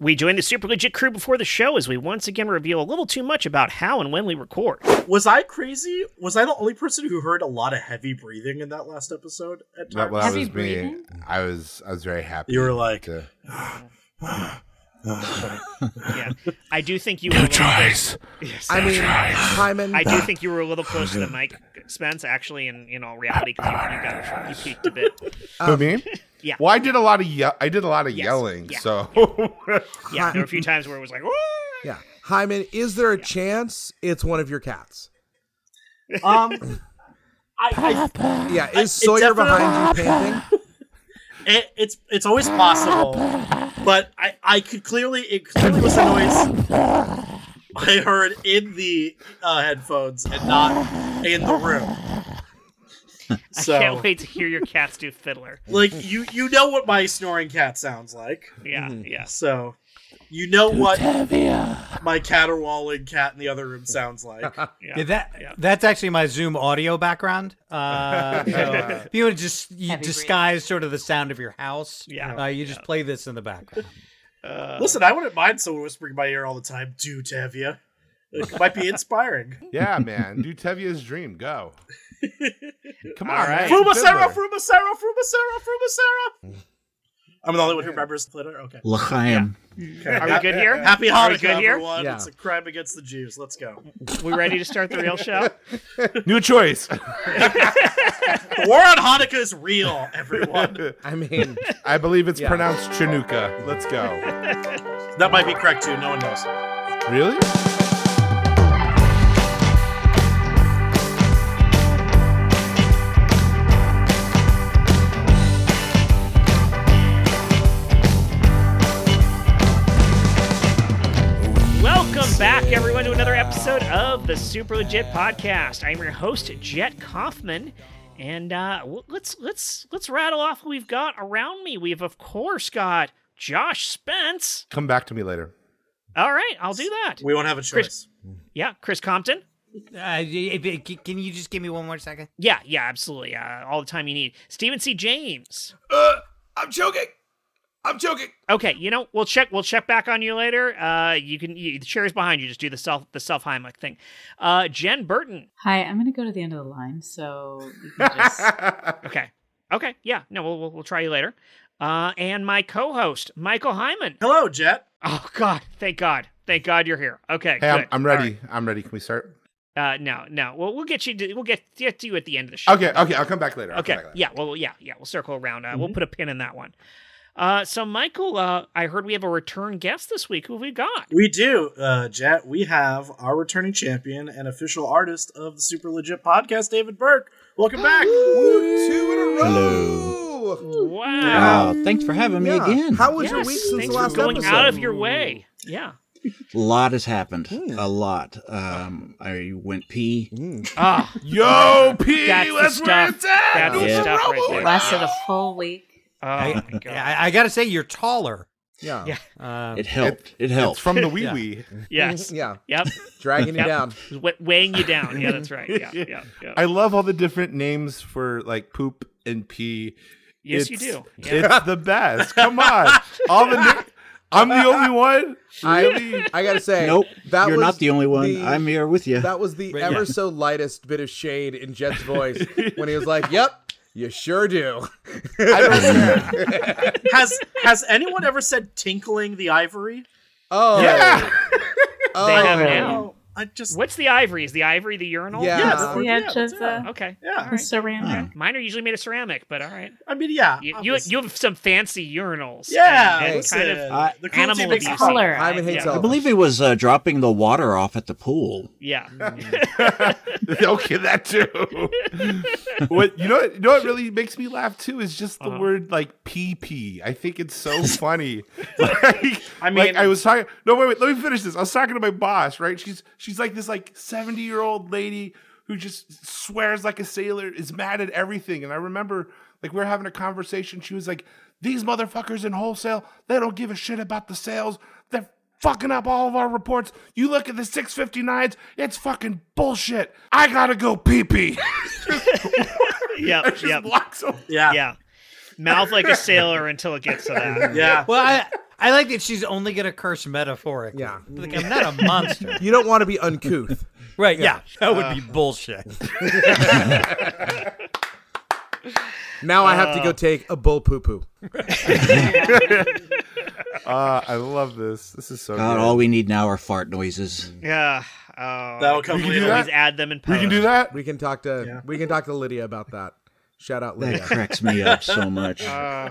We join the super legit crew before the show as we once again reveal a little too much about how and when we record. Was I crazy? Was I the only person who heard a lot of heavy breathing in that last episode? At That, times? well, that Heavy was me. breathing? I was I was very happy. You were like- to- Yeah, I do think you. Were a little- Yes. I mean, Hyman. I do think you were a little close to the mic, Spence. Actually, in, in all reality, because you, you got you peaked a bit. Uh, Who, me? yeah. Well, I did a lot of ye- I did a lot of Yes. yelling. Yeah. So Yeah, there were a few times where it was like, "Whoa!" yeah, Hyman. Is there a chance it's one of your cats? um, I, I Yeah, Uh, I- it is Sawyer behind you definitely- panting? it, it's it's always possible, but I I could clearly it clearly was a noise I heard in the uh, headphones and not in the room. So I can't wait to hear your cats do fiddler. like you you know what my snoring cat sounds like. Yeah, Mm-hmm. yes. So you know what my caterwauling cat in the other room sounds like. Yeah. Yeah, that yeah. that's actually my Zoom audio background. Uh, so if you want to just you Heavy disguise sort of the sound of your house, Yeah. uh, you just play this in the background. Uh, Listen, I wouldn't mind someone whispering in my ear all the time, do Tevia. It might be inspiring. yeah, man, do Tevia's dream. Go. Come on, All right. man. Fruma Fiddler. Sarah, Fruma Sarah, Fruma Sarah, Fruma Sarah. I'm the only one who remembers Twitter. Okay. L'chaim. are we good here? Happy Are we Hanukkah, good here? everyone. Yeah. It's a crime against the Jews. Let's go. We ready to start the real show? New choice. The war on Hanukkah is real, everyone. I mean, I believe it's Yeah. pronounced Chinooka. Let's go. that might be correct, too. No one knows. Really? Welcome back, everyone, to another episode of the Super Legit Podcast. I'm your host, Jet Kaufman, and uh, w- let's let's let's rattle off who we've got around me. We've of course got Josh Spence. Come back to me later. All right, I'll do that. We won't have a choice. Yeah, Chris Compton. Uh, y- y- c- can you just give me one more second? Yeah, yeah, absolutely. Uh, all the time you need. Stephen C. James. Uh, I'm joking. I'm joking. Okay, you know we'll check. We'll check back on you later. Uh, you can you, the chair is behind you. Just do the self the self Heimlich thing. Uh, Jen Burton. Hi, I'm going to go to the end of the line, so you can just. Okay. Okay. Yeah. No, we'll, we'll, we'll try you later. Uh, and my co-host, Michael Hyman. Hello, Jet. Oh God! Thank God! Thank God you're here. Okay. Hey, I'm, good. I'm ready. I'm ready. Can we start? Uh, no, no. Well, we'll get you. To, we'll get, get to you at the end of the show. Okay, okay. I'll come back later. I'll Okay. Come back later. Yeah. Well. Yeah. Yeah. We'll circle around. Uh, We'll Mm-hmm. put a pin in that one. Uh, so Michael, uh, I heard we have a return guest this week. Who have we got? We do, uh, Jet. We have our returning champion and official artist of the Super Legit podcast, David Burke. Welcome back. Woo, two in a row. Wow. Hello. Wow, Ah, thanks for having me Yeah. again. How was your Yes, week since the Thanks last for going episode? out of your way. Yeah. A lot has happened. A lot. Um, I went pee. Ah, Yo, P. That's the That's where stuff. it's at. that's the Yeah. stuff right there. lasted a full week. Oh my Yeah, God. I, I gotta say, you're taller. Yeah. Yeah. Uh, It helped. It, It's helped. from the wee wee. Yes. Mm-hmm. Yeah. Yep. Dragging Yep. you down. Wa- weighing you down. Yeah, that's right. Yeah, yeah, yeah. I love all the different names for like poop and pee. yes, you It's- do. Yeah. It's the best. Come on. All the na- I'm the only one. I, I gotta say, nope. That You're was not the only one. the- I'm here with you. That was the Right, ever yeah. so lightest bit of shade in Jet's voice when he was like, "Yep, you sure do." has has anyone ever said tinkling the ivory? Oh, Yeah. oh. They have now. Oh, I just What's the ivory? Is the ivory the urinal? Yeah. Yes. Uh, the yeah, edge that's of the, it. Okay. yeah. the ceramic. Mine are usually made of ceramic, but all right. I mean, yeah. You you, obviously. you have some fancy urinals. Uh, yeah. and- and listen, kind of. uh, the cruelty Animal makes abuse. the Color. I would hate Yeah. to- I believe he was uh, dropping the water off at the pool. Yeah. okay, that too. what you know? What, you know what really makes me laugh too is just the Uh-huh. word like pee pee. I think it's so funny. like, I I mean- mean, I was talking. No, wait, wait. Let me finish this. I was talking to my boss. Right? She's she's like this like seventy year old lady who just swears like a sailor, is mad at everything. And I remember like we were having a conversation. She was like, "These motherfuckers in wholesale, they don't give a shit about the sales. They're fucking up all of our reports. You look at the 659s, it's fucking bullshit. I gotta go pee pee. Yep. Just Yep. walks away. Yeah. Yeah. Mouth like a sailor until it gets to that. Yeah. well, I, I like that she's only gonna curse metaphorically. Yeah. Like I'm not a monster. You don't want to be uncouth. right, yeah. That would be bullshit. Now I have to go Uh. take a bull poo poo. Uh, I love this. This is so God, good. all we need now are fart noises. Yeah. Oh, That'll come can later. do Always that? add them in post. we can do that. We can talk to we can talk to Lydia about that. Shout out That Lydia. cracks me up so much. Oh,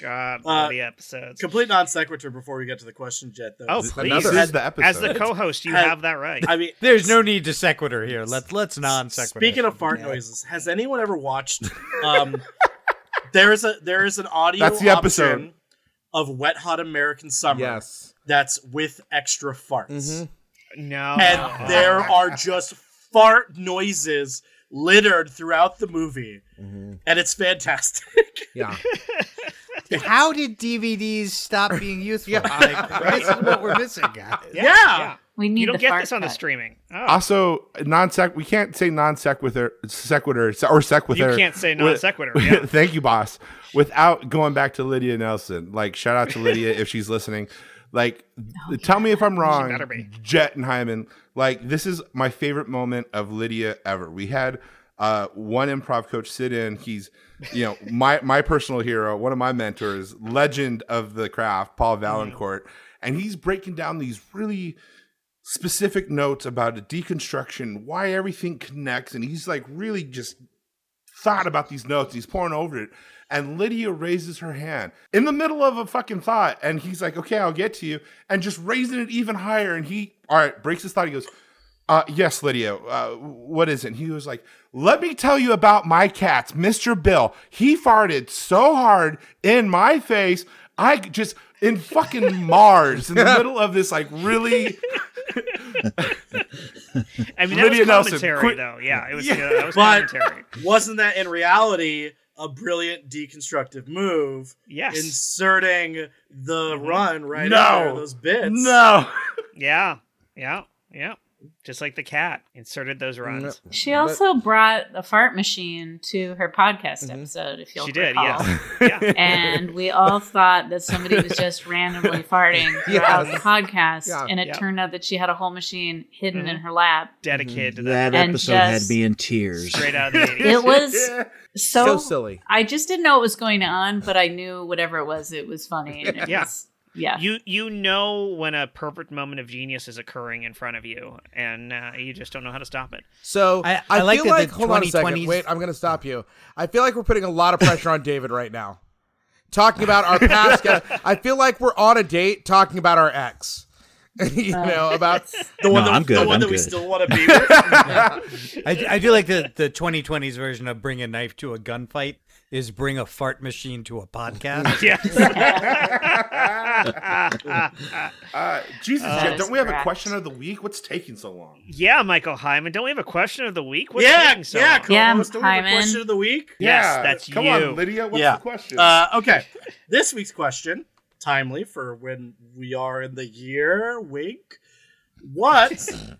God, Uh, the episodes. Complete non sequitur before we get to the question, Jet. Though. Oh, Is- please. This is Another- As, the as episode. the co-host, you I- have that right. I mean, There's no need to sequitur here. Let's let's non sequitur. Speaking of fart noises, has anyone ever watched? Um, there is a there is an audio That's the episode. option of Wet Hot American Summer. yes. that's with extra farts, Mm-hmm. no. and there are just fart noises littered throughout the movie, Mm-hmm. and it's fantastic. Yeah. how did DVDs stop being useful? Like, this is what we're missing, guys. yeah, yeah. We need You the don't get fart this on the cut. streaming. Oh, Also, non seq. We can't say non sequitur, sequitur, or sequitur. you can't say with- non sequitur. Yeah. Thank you, boss. Without going back to Lydia Nelson, like shout out to Lydia if she's listening. Like, tell me if I'm wrong, better be. Jet and Hyman. Like, this is my favorite moment of Lydia ever. We had uh, one improv coach sit in. He's, you know, my my personal hero, one of my mentors, legend of the craft, Paul Valancourt, and he's breaking down these really specific notes about a deconstruction, why everything connects, and he's like really just thought about these notes. He's pouring over it. And Lydia raises her hand in the middle of a fucking thought. And he's like, okay, I'll get to you. And just raising it even higher. And he, all right, breaks his thought. He goes, uh, yes, Lydia, uh, what is it? And he was like, let me tell you about my cats, Mr. Bill. He farted so hard in my face. I just in fucking Mars in the middle of this, like, really. I mean, that Lydia was Nelson, commentary, quit- though. Yeah, it was. Yeah. that was But- commentary. Wasn't that in reality a brilliant deconstructive move? Yes. Mm-hmm. Inserting the run right No. after those bits. No. Yeah. Yeah. Yeah. Just like the cat inserted those runs. She also brought a fart machine to her podcast episode, if you'll She did, recall. yeah. Yeah. and we all thought that somebody was just randomly farting throughout the podcast. Yeah. and it Yeah. turned out that she had a whole machine hidden Mhm. in her lap. Dedicated to that. That And episode had just- me in tears. Straight out of the 80s. It was So so, silly. I just didn't know what was going on, but I knew whatever it was, it was funny. And it Yeah. Was, yeah. You you know when a perfect moment of genius is occurring in front of you, and uh, you just don't know how to stop it. So I- I, I like feel that like the hold on a second. 2020s Wait, I'm gonna stop you. I feel like we're putting a lot of pressure on David right now. Talking about our past. guy- I feel like we're on a date talking about our ex. you Oh. know about The one, No, that, I'm good, the one I'm that we good. still want to be with. I, I do like the, the 2020s version of bring a knife to a gunfight is bring a fart machine to a podcast. Yeah. Uh, Jesus, That Jet, is don't we have a correct. question of the week? What's taking so long? yeah, Michael Hyman. Don't we have a question of the week? What's yeah, taking so long? yeah, Yeah, co-host, don't we have a Hyman. question of the week. Yes, that's Come you. on, Lydia. What's Yeah. the question? Uh, okay, this week's question, timely for when we are in the year. Wink. What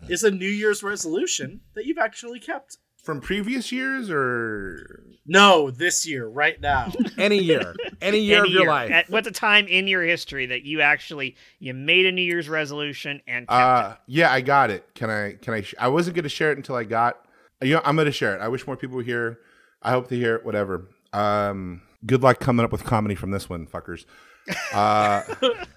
is a New Year's resolution that you've actually kept? From previous years, or No, this year, right now. any year, any year Any of your year. life. At what's a time in your history that you actually you made a New Year's resolution and kept uh, yeah, I got it. Can I? Can I? Sh- I wasn't gonna share it until I got. You know, I'm gonna share it. I wish more people were here. I hope they hear it. Whatever. Um, good luck coming up with comedy from this one, fuckers. Uh,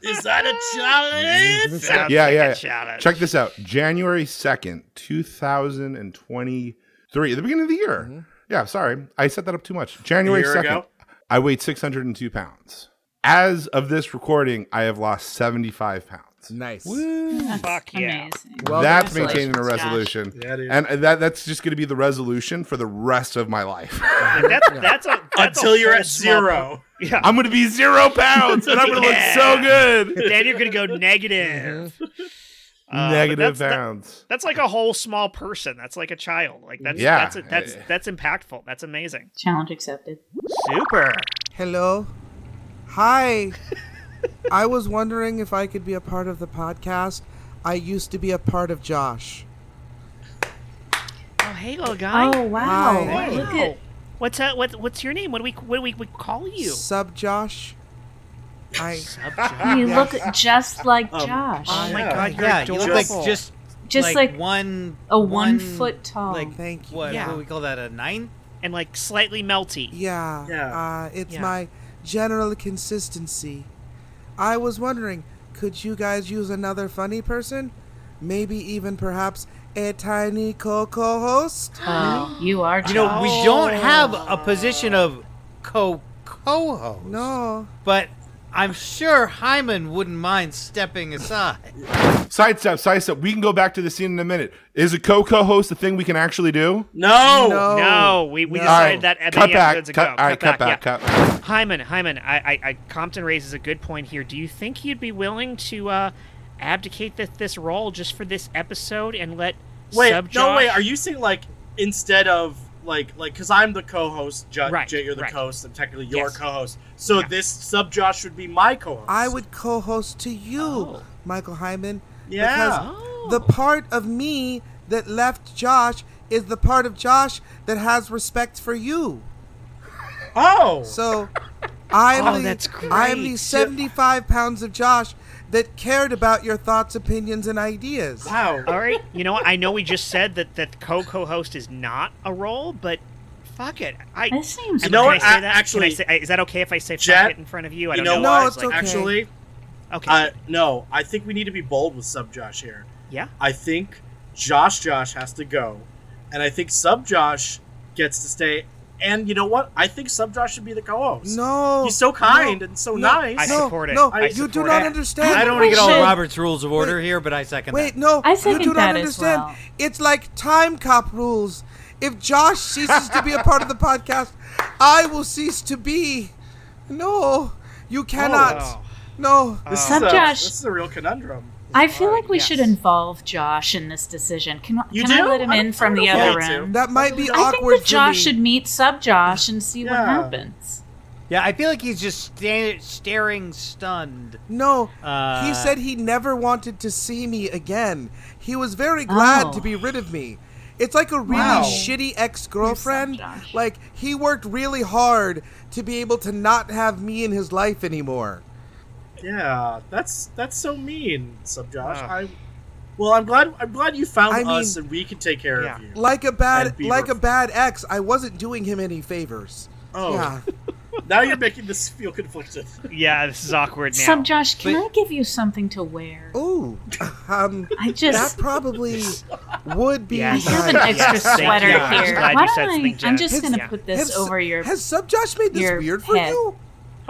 Is that a challenge? it? Sounds yeah, like yeah. A challenge. Check this out. January 2nd, 2023, the beginning of the year. Mm-hmm. Yeah, sorry. I set that up too much. January A year 2nd, ago? I weighed 602 pounds. As of this recording, I have lost 75 pounds. Nice. Fuck yeah. Amazing. Well, that's done, sir. maintaining a Congratulations, resolution. Yeah, dude. and and that, that's just going to be the resolution for the rest of my life. Like, that's that's a that's a Until you're whole at small- zero. Yeah. I'm going to be zero pounds and I'm going to Yeah. Uh, look so good. Mm-hmm. then you're gonna go negative. Uh, but Negative that's- that- pounds. that's like a whole small person. That's like a child. Like that's Yeah. that's that's that's impactful. That's amazing. Challenge accepted. Super. Hello. Hi. I was wondering if I could be a part of the podcast. I used to be a part of Josh. Oh hey little guy. Oh wow! Hi. Look at What's uh, what, what's your name? What do we what do we, we call you? Sub Josh. I. You Yes. look just like Josh. Oh my Yeah. god, yeah, you look adorable. like just Just like one a one foot tall. Like Thank you. what, Yeah. what do we call that? A nine? and like slightly melty. Yeah. Yeah. Uh, it's Yeah. my general consistency. I was wondering, could you guys use another funny person? Maybe even perhaps a tiny co co host? oh, you are. You know, Josh. we don't Oh. have a position of co co host. No. But I'm sure Hyman wouldn't mind stepping aside. Sidestep, sidestep. We can go back to the scene in a minute. Is a co-co host a thing we can actually do? No. No. Oh, No, we, we No. decided that many cut back. episodes Cut, ago. all right, cut back. yeah. Cut back. Hyman, Hyman, I, I, I, Compton raises a good point here. Do you think you'd be willing to uh, abdicate this, this role just for this episode and let Wait, Sub no Josh- wait. Are you saying like instead of like like because I'm the co-host, Ju- Right, Jay, you're the right. co-host. I'm technically your Yes. co-host. So Yeah. this sub Josh would be my co-host. I would co host to you, Oh. Michael Hyman. Yeah. Oh. Because the part of me that left Josh is the part of Josh that has respect for you. Oh. So I'm Oh, the, that's I'm the great. 75 pounds of Josh that cared about your thoughts, opinions, and ideas. wow. All right, you know what? I know we just said that that co-co-host is not a role, but fuck it. I That seems. You know can I what? say I- that? actually- Can I say, is that okay if I say Jet, fuck it in front of you? I You don't know, No, what? it's okay. Actually, Okay. uh, no. I think we need to be bold with sub Josh here. yeah. I think Josh Josh has to go, and I think Sub Josh gets to stay. And you know what? I think Sub Josh should be the co-host. No. he's so kind No. and so no, I nice. no, support it. No, I you do support not it. understand. I don't want to we get all should- Robert's rules of order here, but I second Wait, that. no. I you second do not that as understand. well. It's like time cop rules. If Josh ceases to be a part of the podcast, I will cease to be. No, you cannot. Oh. No. This Sub is Uh, a, Josh- This is a real conundrum. I feel like we yes. should involve Josh in this decision. Can, You can I do? let him I in don't- from I the don't other want to. end? That might be I awkward think that Josh for me. should meet Sub Josh and see what Yeah. happens. Yeah, I feel like he's just sta- staring stunned. No, he Uh, said he never wanted to see me again. He was very glad Oh. to be rid of me. It's like a really Wow. shitty ex girlfriend. You're so Josh. Like, he worked really hard to be able to not have me in his life anymore. Yeah, that's that's so mean, Sub Josh. Ugh. I well, I'm glad I'm glad you found I mean- us and we can take care Yeah. of you. Like a And bad be like a ref- bad ex, I wasn't doing him any favors. Oh, Yeah. now you're making this feel conflicted. Yeah, this is awkward now. Sub Josh, can But- I give you something to wear? Ooh. Um I that just probably would be Yes. I have an nice. extra Yes, thank you. sweater I'm here. glad Why you said don't I? something, I'm Jen. just Has- gonna put this has- over your. Has Sub Josh made this your weird for head. you?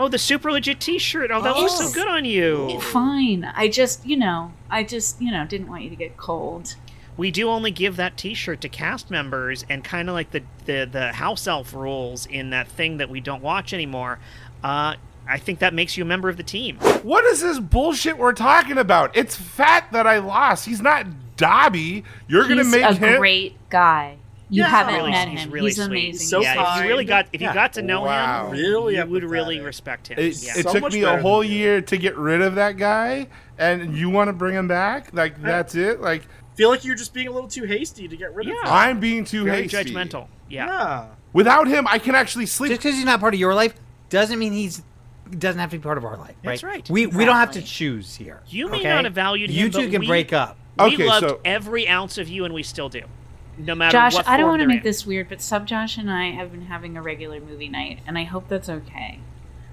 oh, the super legit T-shirt. Oh, that looks so Yes. good on you. Fine. I just, you know, I just, you know, didn't want you to get cold. We do only give that T-shirt to cast members, and kind of like the, the the house elf rules in that thing that we don't watch anymore. Uh, I think that makes you a member of the team. What is this bullshit we're talking about? It's fat that I lost. He's not Dobby. You're gonna He's make a him. great guy. You Yeah. haven't Really, met he's him. really he's sweet. amazing. He's so yeah, if kind. you really got if Yeah. you got to know Wow. him, Really you would really empathetic. respect him. It, yeah. it So took much me a better whole than you. year to get rid of that guy, and you want to bring him back? Like that's it? Like feel like you're just being a little too hasty to get rid of. Yeah. him. I'm being too Very hasty. judgmental. Yeah. Yeah. Without him, I can actually Just sleep. because he's not part of your life doesn't mean he's doesn't have to be part of our life. That's right. We we don't have to Exactly. choose here. You may okay? not have valued You him, two but can we- break up. We Okay, loved so- every ounce of you, and we still do. No matter Josh, what I don't form want to they're make in. this weird, but Sub Josh and I have been having a regular movie night, and I hope that's okay.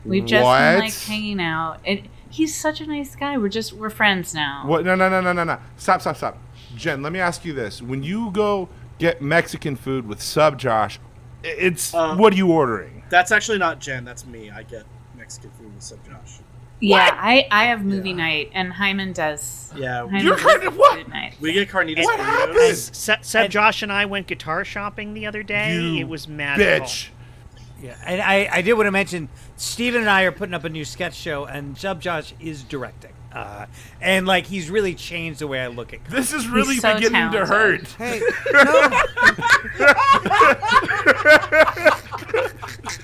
We've just been What? like hanging out. And he's such a nice guy. We're just we're friends now. What? No, no, no, no, no, no. Stop, stop, stop. Jen, let me ask you this: When you go get Mexican food with Sub Josh, i- it's Um, what are you ordering? That's actually not Jen. That's me. I get Mexican food with Sub Josh. Yeah, I I have movie night, and Hyman does. Yeah. Hyman You're does kind of- what? movie night. We get carnitas. What burritos. happened? Se- Seb, Josh, and I went guitar shopping the other day. You it was magical. Bitch. Yeah, and I, I did want to mention Steven and I are putting up a new sketch show, and Sub Josh is directing. Uh, and like he's really changed the way I look at. This is really so beginning to talented. hurt. Hey, no,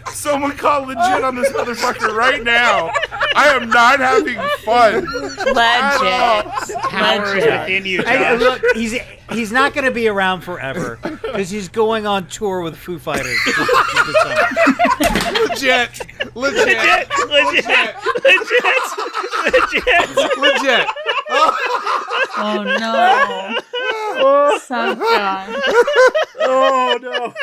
Someone call legit on this motherfucker right now. I am not having fun. Legit. Power is Legit. within you, I, Josh. look, he's he's not going to be around forever because he's going on tour with Foo Fighters. this summer. Legit. Legit. legit, legit, legit. Legit. Oh no. Suck God. oh no.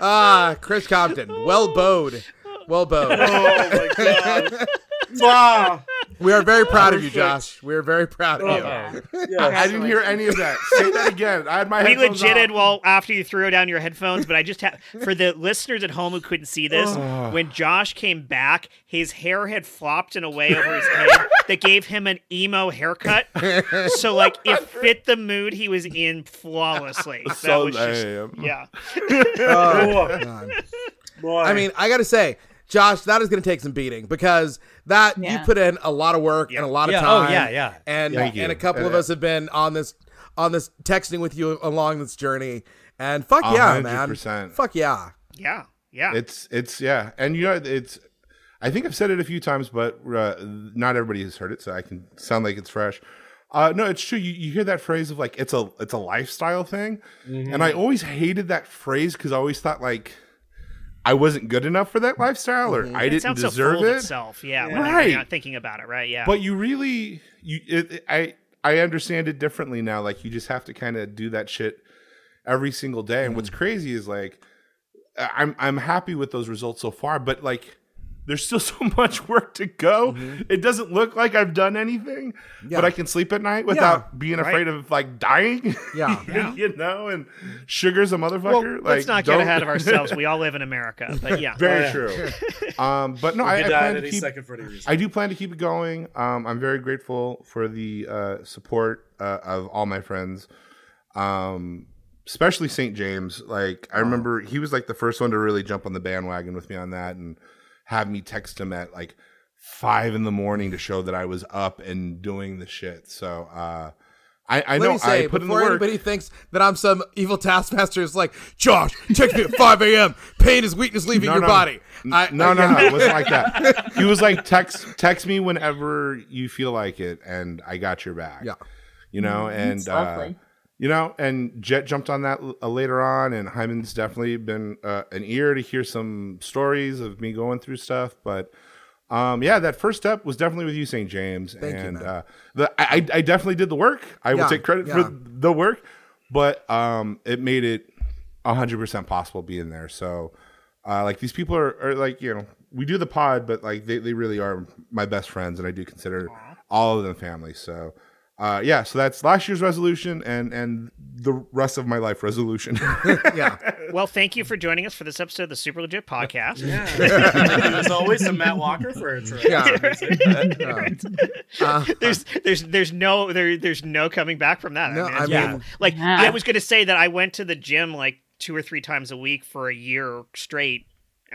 Ah, Chris Compton. Well bowed. Well bowed. Oh my god. Wow. We are very proud of you, Josh. We are very proud of you. Yeah. I didn't hear any of that. Say that again. I had my We headphones legitted off. while after you threw down your headphones, but I just have for the listeners at home who couldn't see this. when Josh came back, his hair had flopped in a way over his head that gave him an emo haircut. So like it fit the mood he was in flawlessly. That So was just lame. yeah. Boy. I mean, I got to say, Josh, that is going to take some beating because that Yeah. you put in a lot of work and a lot of Yeah. Oh, time. yeah, yeah. And Thank you. Uh, and a couple of Yeah. us have been on this on this texting with you along this journey. And fuck yeah, man. 100%. Fuck yeah. Yeah. Yeah. It's it's yeah, and you know it's. I think I've said it a few times, but uh, not everybody has heard it, so I can sound like it's fresh. Uh, no, it's true. You, you hear that phrase of like it's a it's a lifestyle thing, and Mm-hmm. I always hated that phrase because I always thought like I wasn't good enough for that lifestyle or I it Mm-hmm. didn't sounds so deserve full of it. itself. Yeah. When you're Right. not thinking about it, right? Yeah. But you really you it, it- I I understand it differently now. Like you just have to kind of do that shit every single day. And Mm. what's crazy is like I- I'm I'm happy with those results so far, but like there's still so much work to go. Mm-hmm. It doesn't look like I've done anything, but I can sleep at night without being afraid of like dying. Yeah. you know, and sugar's a motherfucker. like, Let's not get don't- ahead of ourselves. We all live in America. But yeah. Very true. um, but no, I, I could die plan to at any keep second for any reason. I do plan to keep it going. Um, I'm very grateful for the uh, support uh, of all my friends, um, especially St. James. Like I remember, he was like the first one to really jump on the bandwagon with me on that, and have me text him at like five in the morning to show that I was up and doing the shit. So uh, I, I Let know me say I put in the before work. anybody thinks that I'm some evil taskmaster, it's like Josh, text me at 5 a.m. Pain is weakness leaving your body. N- I- no, no, yeah. no. It wasn't like that. He was like, text text me whenever you feel like it, and I got your back. Yeah. You know, and uh, lovely. you know, and Jet jumped on that l- uh, later on, and Hyman's definitely been uh, an ear to hear some stories of me going through stuff, but. Um, yeah, that first step was definitely with you, St. James, you, and man. uh, the, I, I definitely did the work. I Yeah, will take credit yeah. for the work, but um, it made it 100% possible being there. So, uh, like, these people are, are like, you know, we do the pod, but like, they, they really are my best friends, and I do consider all of them family. So, uh, yeah, so that's last year's resolution and, and the rest of my life resolution. yeah. Well, thank you for joining us for this episode of the Super Legit Podcast. As always, some Matt Walker for intro. Yeah. uh, there's there's there's no there there's no coming back from that. No, I it's mean- beautiful. like Yeah. I was gonna say that I went to the gym like two or three times a week for a year straight.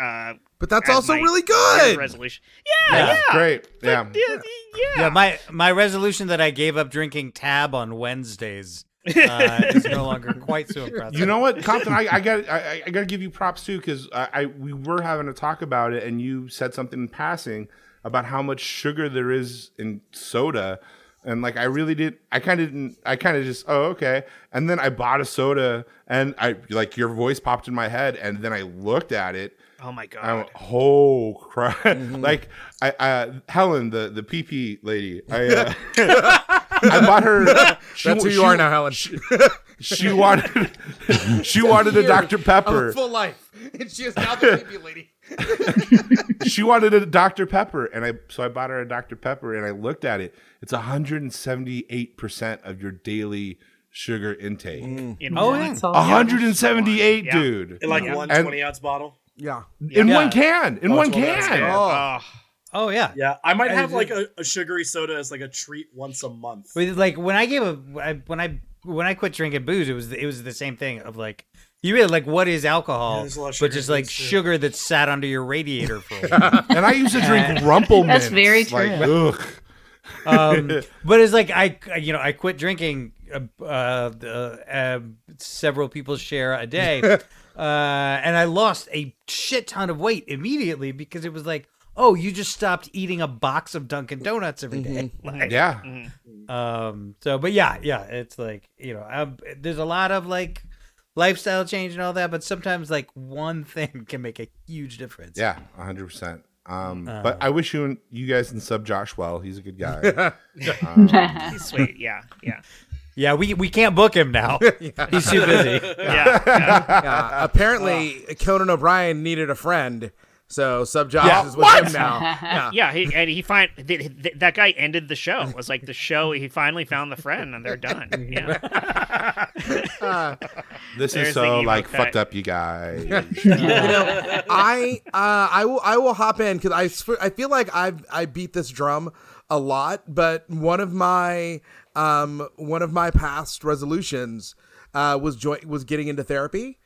Uh, But that's as also my really year good. resolution. Yeah, yeah, Yeah. Great. Yeah. yeah, Yeah, my my resolution that I gave up drinking tab on Wednesdays uh, is no longer quite so impressive. You know what, Compton? I, I got I, I- I got to give you props too because I, I we were having a talk about it, and you said something in passing about how much sugar there is in soda, and like I really did. I kind of didn't. I kind of just oh okay. And then I bought a soda, and I like your voice popped in my head, and then I looked at it. Oh my god. I went, oh crap! like I, uh, Helen, the the PP lady. I, uh, I bought her. She, That's who she- you are now, Helen. She wanted. she wanted a Dr Pepper. full life. And she is now the baby lady. she wanted a Dr. Pepper, and I so I bought her a Dr. Pepper, and I looked at it. It's 178 percent of your daily sugar intake. In Oh, one- yeah. That's all. 178, Yeah. dude, In like Yeah. one And- 20 ounce bottle. Yeah. in Yeah. one can, in Oh, one it's one of those can. cans. Oh. Oh, Oh yeah. Yeah, I might have like a, a sugary soda as like a treat once a month. With, like when I gave a I- when I when I quit drinking booze, it was it was the same thing of like you realize like what is Yeah, alcohol, there's a lot of but sugar just in like booze, too. sugar that sat under your radiator for a while. And I used to drink Rumple That's very Like, ugh. um, but it's like I, you know, I quit drinking. Uh, uh, uh, several people share a day, uh, and I lost a shit ton of weight immediately because it was like, oh, you just stopped eating a box of Dunkin' Donuts every day. Like, Mm-hmm. Yeah. Mm-hmm. Mm-hmm. um. So, but yeah, yeah, it's like you know, um there's a lot of like lifestyle change and all that, but sometimes like one thing can make a huge difference. Yeah, hundred percent. Um, Uh, but I wish you and you guys and Sub Josh well. He's a good guy. Um, He's sweet. Yeah, yeah, Yeah, we we can't book him now. He's too busy. yeah. yeah. Uh, apparently, Conan O'Brien needed a friend, so Sub Josh Yeah. is with him now. Yeah. Yeah, he, and he find th- th- that guy ended the show. It was like the show. He finally found the friend, and they're done. Yeah, Uh, This There's is the so evil like guy. fucked up, you guys. you know, I uh, I will I will hop in because I swear- I feel like I've I beat this drum a lot, but one of my um one of my past resolutions uh, was joint was getting into therapy,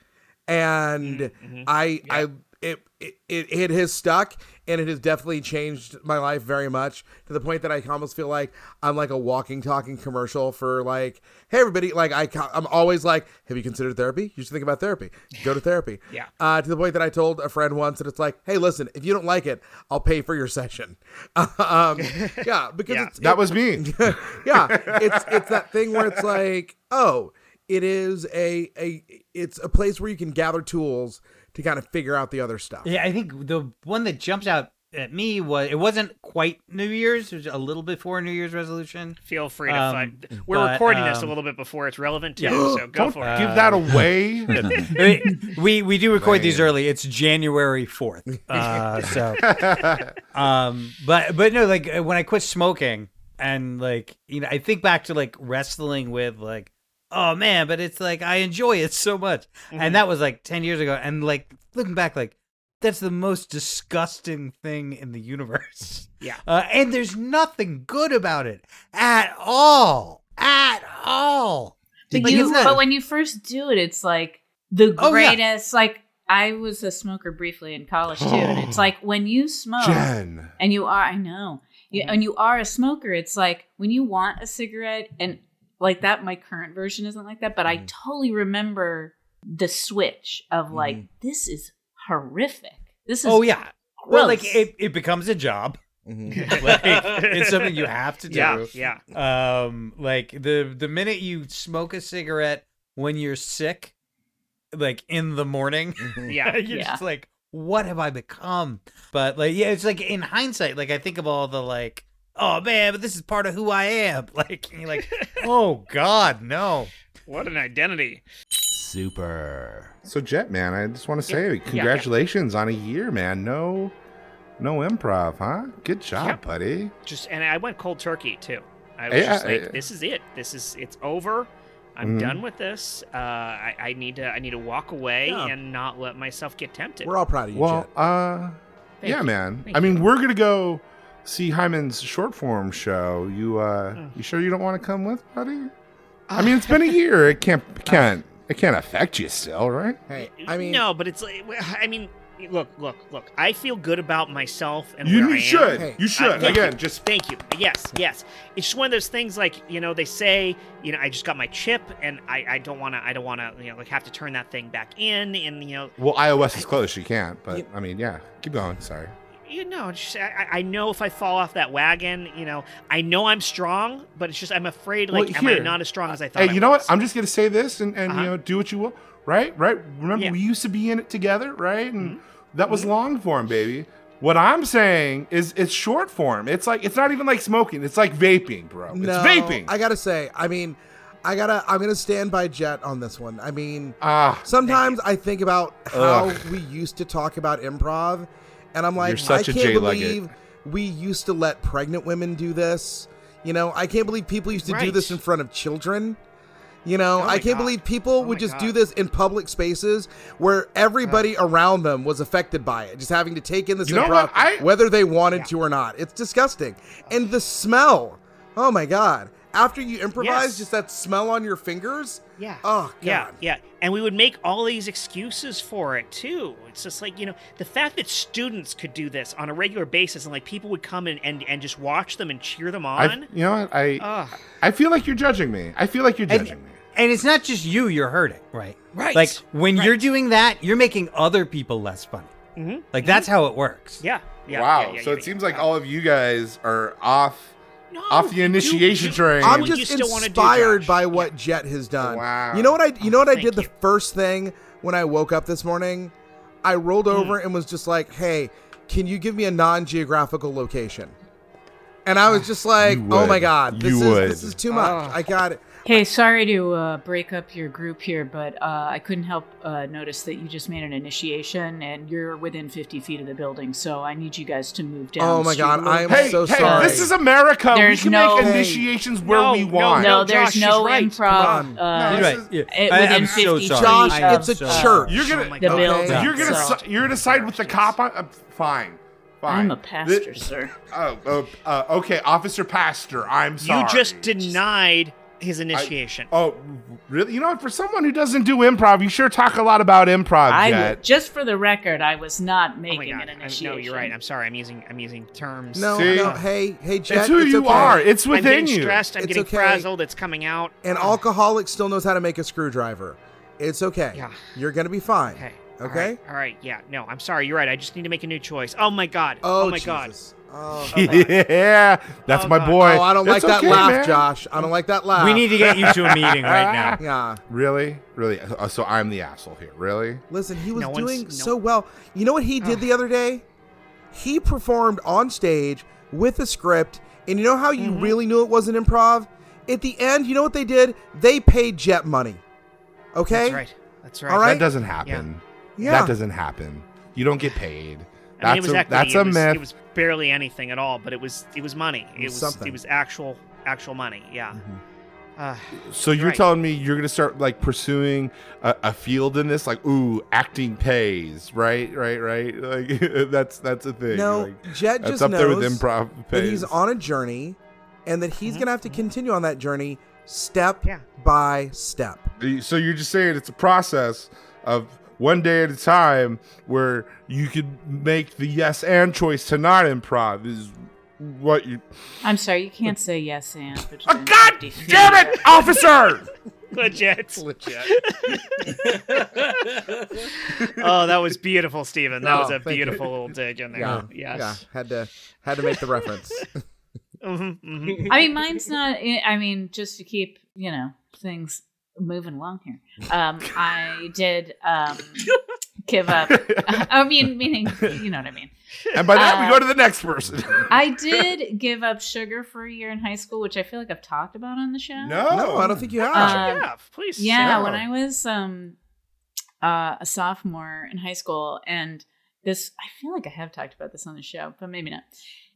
and I I it, it it it has stuck and it has definitely changed my life very much to the point that I almost feel like I'm like a walking talking commercial for like hey everybody like I co- I'm always like have you considered therapy you should think about therapy go to therapy Yeah. uh, to the point that I told a friend once that it's like hey listen if you don't like it I'll pay for your session um, yeah because Yeah. It's, That was me. yeah, it's it's that thing where it's like, oh, it is a a it's a place where you can gather tools to kind of figure out the other stuff. Yeah, I think the one that jumped out at me was it wasn't quite New Year's. It was a little before New Year's resolution. feel free to. Um, find. We're but, recording this a um, little bit before it's relevant too, yeah. Um, so go Don't for give that away. I mean, we we do record these early. It's January fourth. Uh, so, Oh. um, but but no, like uh, when I quit smoking and like you know, I think back to like wrestling with like, oh man, but it's like I enjoy it so much, and that was like ten years ago, and like looking back, like that's the most disgusting thing in the universe. Yeah. uh, and there's nothing good about it at all, at all. But, Like, you, it's not- but when you first do it, it's like the Oh, yeah. greatest. Like I was a smoker briefly in college too, and it's like when you smoke Jen. and you are, I know, you, Mm-hmm. and you are a smoker. It's like when you want a cigarette and like that. My current version isn't like that, but Mm-hmm. I totally remember the switch of like this is horrific. This is Mm-hmm. oh yeah, well, like gross. it, it becomes a job. Mhm. like it's something you have to it. do. Yeah, yeah. Um, like the the minute you smoke a cigarette when you're sick, like in the morning, Yeah. you're Yeah. just like, what have I become? But like, yeah, it's like in hindsight, like I think of all the like, oh man, but this is part of who I am. Like and you're like, oh god, no. What an identity. So Jet, man, I just want to say yeah. congratulations on a year, man. No, no improv, huh? Good job, Yep. buddy. Just and I went cold turkey too. I was Yeah, just like, yeah. this is it. This is it's over. I'm Mm-hmm. Mhm. done with this. Uh, I, I need to. I need to walk away Yeah. and not let myself get tempted. We're all proud of you, Well, Jet. uh, Thank yeah, you. man. Thank I mean, you. we're gonna go see Hyman's short form show. You, uh, Mm. you sure you don't want to come with, Uh, buddy? I mean, it's been a year. It can't, it can't, it can't affect you still, right? Hey, I mean, no, but it's. like I mean, look, look, look. I feel good about myself and You where I am. should. Hey. You should. thank Again, you. just Thank you. Yes, yes. It's just one of those things like, you know, they say, you know, I just got my chip and I, I don't wanna I don't wanna, you know, like have to turn that thing back in and you know well, iOS is closed. You can't. But I mean, yeah. Keep going. Sorry. you know, just, I, I I know if I fall off that wagon, you know, I know I'm strong, but it's just I'm afraid like Well, am I here. not as strong as I thought. Hey, I you know what? was? I'm just gonna say this, and, and Uh-huh. you know, do what you will. Right, right. Remember, Yeah. Mm-hmm. we used to be in it together, right? And that was long form, baby. What I'm saying is, it's short form. It's like it's not even like smoking. It's like vaping, bro. no, it's vaping. I gotta say, I mean, I gotta I'm gonna stand by Jet on this one. I mean, ah, sometimes I think about how Ugh. we used to talk about improv, and I'm like, You're such I a can't Jay Leggett. believe we used to let pregnant women do this. You know, I can't believe people used to do Right. this in front of children. You know, Oh my I can't God. believe people Oh would my just God. do this in public spaces where everybody around them was affected by it, just having to take in this You know improv, what? I- whether they wanted to or not. It's disgusting, and the smell. Oh my God! After you improvise, Yes. just that smell on your fingers. Yeah. Oh God. Yeah, yeah. And we would make all these excuses for it too. It's just like, you know, the fact that students could do this on a regular basis and like people would come and and, and just watch them and cheer them I, on. you know what? I Ugh. I feel like you're judging me. I feel like you're And- judging me. And it's not just you you're hurting, right? Right. Like when Right. you're doing that, you're making other people less funny. Mhm. Like that's how it works. Yeah. Yeah, wow. yeah, yeah, so yeah, it yeah. seems like all of you guys are off. No, off the you do- initiation you- train. what I'm would you just still wanna do, inspired Josh? by what Jet has done. Wow. You know what I? You know what I Thank did the you. first thing when I woke up this morning? I rolled Hmm. over and was just like, "Hey, can you give me a non-geographical location?" And I was just like, You "Oh would. my god, this You is would. this is too much. I got it." Hey, sorry to uh, break up your group here, but uh, I couldn't help uh, notice that you just made an initiation and you're within 50 feet of the building, so I need you guys to move down. Oh my the street God, a little I am bit. Hey, so hey, sorry. this is America. There's we can no- make initiations where No, we no, want. No, No, there's Josh, she's no right. improv. Uh, You're This right. is- Yeah. it- I, within am so 50 sorry. Josh, I am it's a so church. You're gonna my The God. building. Yeah. you're gonna so- si- you're gonna side with the cop. On, uh, fine, fine. I'm a pastor, Thi- sir. oh, oh, uh, okay, officer pastor. I'm sorry. You just denied his initiation. Oh, really? You know, what? for someone who doesn't do improv, you sure talk a lot about improv, I Jet. just for the record, I was not Oh my making god! I'm- an initiation. no, you're right. I'm sorry. I'm using I'm using terms. No, See? no. Hey, hey, Jet, It's who you okay. are. It's I'm within getting you. stressed. I'm It's getting okay. frazzled. It's coming out. An alcoholic still knows how to make a screwdriver. It's okay. Yeah. You're gonna be fine. Okay. All Okay. right, All right. Yeah. No. I'm sorry. You're right. I just need to make a new choice. Oh my god. Oh, my god. Jesus. Oh. yeah, that's Oh, my God. boy. Oh, I don't like It's that okay, laugh, man. Josh. I don't like that laugh. We need to get you to a meeting right now. Yeah. Really, really. Uh, So I'm the asshole here. Really? Listen, he was No one's- doing no- so well. You know what he did the other day? He performed on stage with a script, and you know how Mm-hmm. you really knew it wasn't improv? At the end, you know what they did? They paid jet money. Okay? That's right. That's right. All right. That doesn't happen. Yeah. That doesn't happen. You don't get paid. I mean, it was That's a equity. that's it a was, myth. It was barely anything at all, but it was it was money. It was something. it was actual actual money. Yeah. Uh, So you're Right. telling me you're gonna start like pursuing a, a field in this, like ooh, acting pays, right, right, right. Like that's that's a thing. No, like, Jet that's just up there with knows improv That pays. he's on a journey, and that he's going to have to continue on that journey step Mm-hmm. Yeah. by step. so you're just saying it's a process of one day at a time where you could make the yes and choice to not improv is what you. I'm sorry, you can't say yes and. but Oh, you're God 50 feet. damn it, officer! legit. oh, that was beautiful, Steven. That No, was a thank you. beautiful little dig in there. Yes. Yeah, had to had to make the reference. Mhm, mhm. Mm-hmm. I mean, mine's not. I mean, just to keep you know things moving along here. Um, I did um, give up. I mean, meaning you know what I mean. And by that, Uh, we go to the next person. I did give up sugar for a year in high school, which I feel like I've talked about on the show. no, no, I don't think you have. Uh, yeah. Please. Yeah, So- when I was um uh, a sophomore in high school, and this I feel like I have talked about this on the show, but maybe not.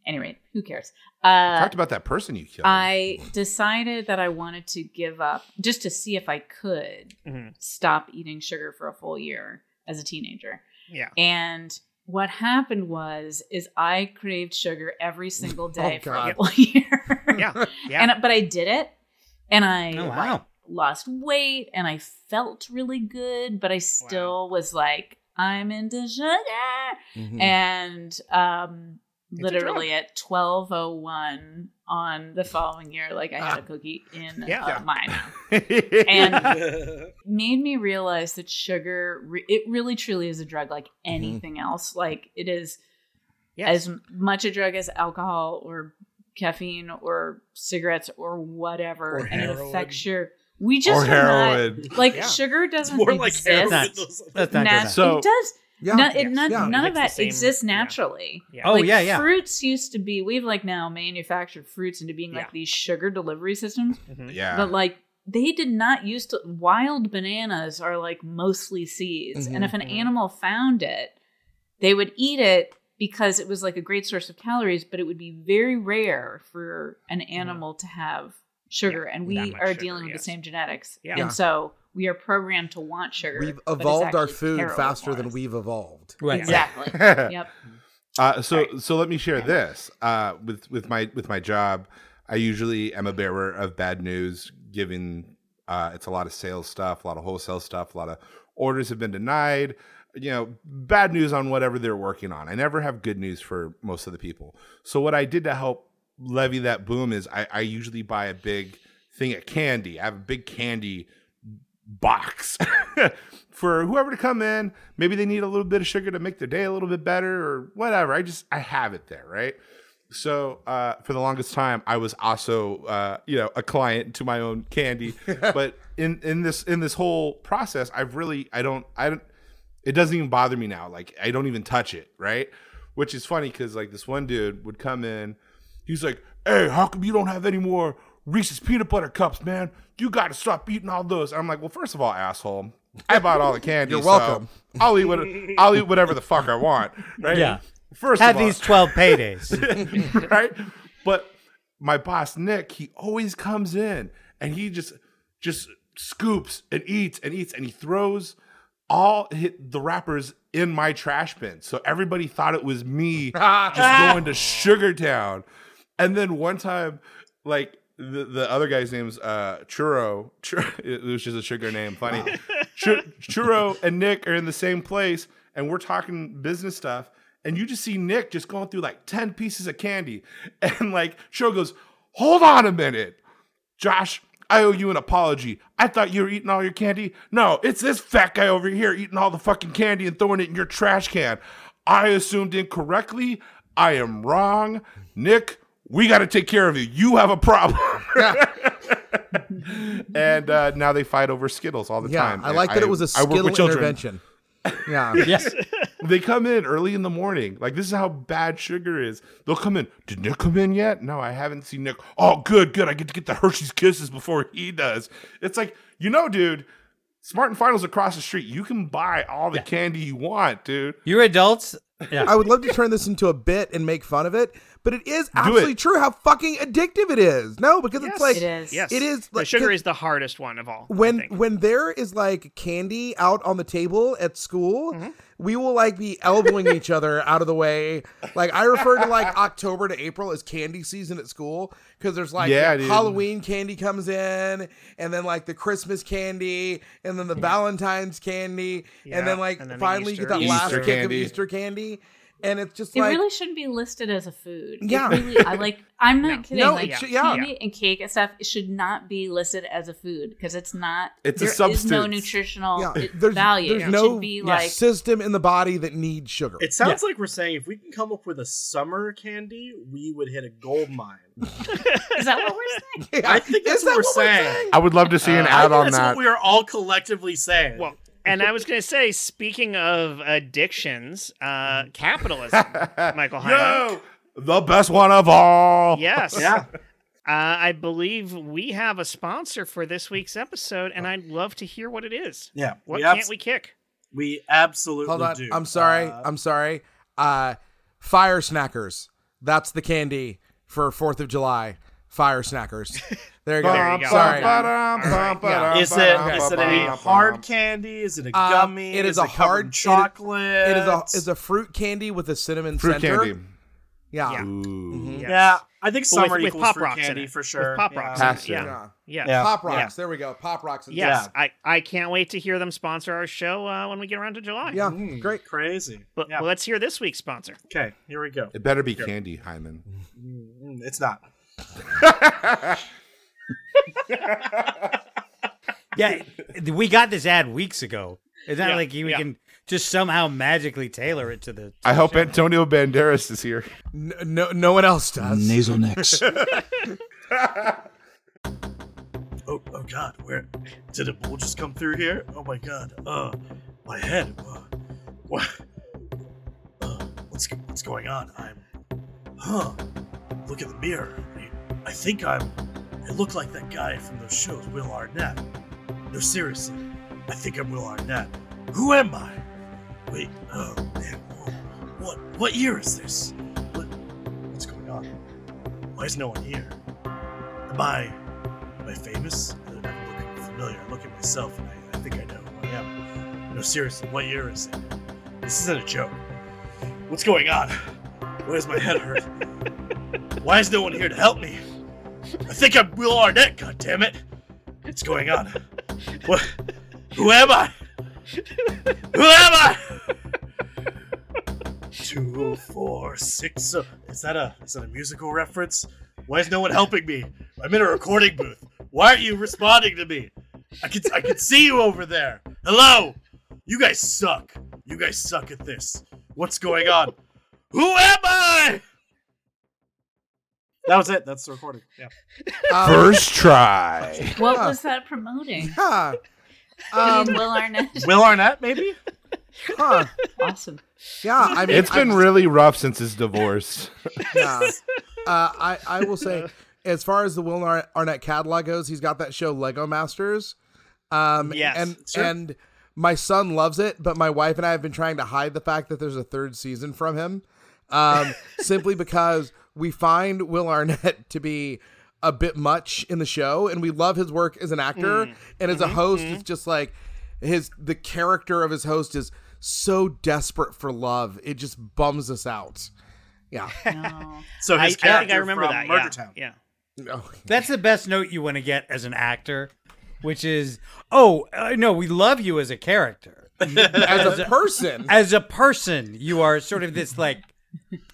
Anyway, who cares? Uh, talked about that person you killed. I decided that I wanted to give up just to see if I could Mhm. stop eating sugar for a full year as a teenager. Yeah. And what happened was is I craved sugar every single Oh, day for a God. whole year. Yeah. oh, Yeah. And but I did it and I Oh, like, wow. lost weight and I felt really good, but I still was like, I'm into sugar. Mm-hmm. Mm-hmm. And um, It's a literally at 1201 on the following year, like I had a cookie in Ah. Yeah. uh, mine. Mm-hmm. And made me realize that sugar, re- it really truly is a drug like anything else. Like it is Yes. as much a drug as alcohol or caffeine or cigarettes or whatever. Or and it heroin. affects your. We or just are not- heroin. like Yeah. sugar doesn't More like exist. heroin. That's Those- That's not Nat- donuts. So- it does. yeah. no, it, Yes. none, Yeah. none It of that makes the same- exists yeah. naturally. Yeah. Oh Like, yeah, yeah. Fruits used to be. We've like now manufactured fruits into being Yeah. like these sugar delivery systems, Mhm. Yeah. but like they did not used to. Wild bananas are like mostly seeds, and Mhm. if an Mhm. animal found it, they would eat it because it was like a great source of calories. But it would be very rare for an animal to have sugar, and we that much are sugar, dealing with yes. the same genetics, Yeah. Yeah. and so we are programmed to want sugar. We've but it's evolved our actually food terrible faster for than us. we've evolved. Right. Exactly. yep. Uh, so so let me share this uh, with with my with my job. I usually am a bearer of bad news, given uh, it's a lot of sales stuff, a lot of wholesale stuff, a lot of orders have been denied. You know, bad news on whatever they're working on. I never have good news for most of the people. So what I did to help levy that boom is I, I usually buy a big thing of candy. I have a big candy box for whoever to come in. Maybe they need a little bit of sugar to make their day a little bit better or whatever. I just I have it there, right? So uh, for the longest time, I was also uh, you know a client to my own candy. but in in this in this whole process, I've really I don't I don't it doesn't even bother me now. Like I don't even touch it, right? Which is funny because like this one dude would come in, he's like, "Hey, how come you don't have any more Reese's peanut butter cups, man? You got to stop eating all those." And I'm like, "Well, first of all, asshole." I bought all the candy. You're so welcome. I'll eat what I'll eat whatever the fuck I want, right? Yeah. First Have of all, these 12 paydays. right? But my boss Nick, he always comes in and he just just scoops and eats and eats and he throws all hit the wrappers in my trash bin. So everybody thought it was me just going to Sugar Town. And then one time, like the, the other guy's name's uh Churro. Chur- it was just a sugar name, funny. Chur- Churro and Nick are in the same place, and we're talking business stuff. And you just see Nick just going through like 10 pieces of candy. And like Churro goes, Hold on a minute. Josh, I owe you an apology. I thought you were eating all your candy. No, it's this fat guy over here eating all the fucking candy and throwing it in your trash can. I assumed incorrectly. I am wrong. Nick, we got to take care of you. You have a problem. and uh, now they fight over Skittles all the Yeah, time. I like that it was a I work skill with children. intervention. Yeah. yes. They come in early in the morning. Like this is how bad sugar is. They'll come in. Did Nick come in yet? No, I haven't seen Nick. Oh, good, good. I get to get the Hershey's kisses before he does. It's like you know, dude. Smart and Finals across the street. You can buy all the candy you want, dude. You're adults. Yeah. I would love to turn this into a bit and make fun of it, but it is absolutely it. true how fucking addictive it is. No, because it's like It is. Yes, It is, The like, sugar c- is the hardest one of all. I when think. when there is like candy out on the table at school, Mm-hmm. we will like be elbowing each other out of the way. Like I refer to like October to April as candy season at school because there's like Yeah, dude. Halloween candy comes in, and then like the Christmas candy, and then the Valentine's candy, Yeah, and then like and then the finally you get that Easter- last Easter kick of candy. Easter candy, and it's just It like really shouldn't be listed as a food. It Yeah. really, I like. I'm not kidding. No, like it should- yeah. candy and cake and stuff it should not be listed as a food because it's not. It's a there is no substance. nutritional yeah, i- there's value. there's it no should be yeah, like system in the body that needs sugar. It sounds like we're saying if we can come up with a summer candy, we would hit a gold mine. Is that what we're saying? I think that's Is what that we're saying. I would love to see Uh, an I ad think on that's that. what we are all collectively saying. Uh, Well, and I was going to say, speaking of addictions, uh, capitalism, Michael Hyman. Yo, the best one of all. Yes. yeah. Uh, I believe we have a sponsor for this week's episode, and I'd love to hear what it is. Yeah, What we can't abs- we kick? we absolutely Hold on. do. I'm sorry. Uh, I'm sorry. Uh, fire snackers. That's the candy for Fourth of July. Fire snackers. There you go. There you go. Sorry. Yeah. is it is it a hard candy? Is it a Um, gummy? it is a it covered hard- in it is- chocolate. It is a is a fruit candy with a cinnamon fruit center. candy? Yeah. Yeah. Mm-hmm. Ooh. Yes. yeah. I think But with- summer with equals Pop fruit Rocks in candy it. for sure. With Pop Yeah. Rocks. Pass it. Yeah. Yeah. Yeah. Yeah. Pop rocks. There we go. Pop rocks. and Yes, stuff. I, I can't wait to hear them sponsor our show uh, when we get around to July. Yeah. Mm, Great. Crazy. But yeah. well, let's hear this week's sponsor. okay, here we go. It better be candy, Hyman. Mm, mm, It's not. Yeah. We got this ad weeks ago. It's not Yeah, like you, we yeah. can just somehow magically tailor it to the. I hope Antonio Banderas is here. N- No, no one else does. Nasal necks. Oh, oh God, where did a bull just come through here? Oh my God, uh, my head. Uh, what? Uh, what's go- what's going on? I'm. Huh? Look at the mirror. I- I think I'm. I look like that guy from those shows, Will Arnett. No, seriously, I think I'm Will Arnett. Who am I? Wait. Oh man. whoa. What? What year is this? What? What's going on? Why is no one here? Am I? Am I famous? I'm looking familiar. I look at myself and I, I think I know who I am. No, seriously, what year is it? This isn't a joke. What's going on? Why does my head hurt? Why is no one here to help me? I think I'm Will Arnett, God damn it! What's going on? What? Who am I? Who am I? Two, four, six. oh- Is that a is that a musical reference? Why is no one helping me? I'm in a recording booth. Why aren't you responding to me? I can I can see you over there. Hello. You guys suck. You guys suck at this. What's going on? Who am I? That was it. That's the recording. Yeah. Um, First try. What was that promoting? yeah. Um, Um, Will Arnett. Will Arnett, maybe? huh. awesome. Yeah, I mean, It's been I- really rough since his divorce. yeah. Uh, I I will say, as far as the Will Ar- Arnett catalog goes, he's got that show Lego Masters. Um, Yes, and sure. and my son loves it, but my wife and I have been trying to hide the fact that there's a third season from him, um, simply because we find Will Arnett to be a bit much in the show, and we love his work as an actor and as a host. It's just like his the character of his host is so desperate for love, it just bums us out. Yeah. No. So I, I his think I character remember from that. Murder yeah. Town. yeah. No. That's the best note you want to get as an actor, which is, oh uh, no, we love you as a character. as a person. As a person, you are sort of this like.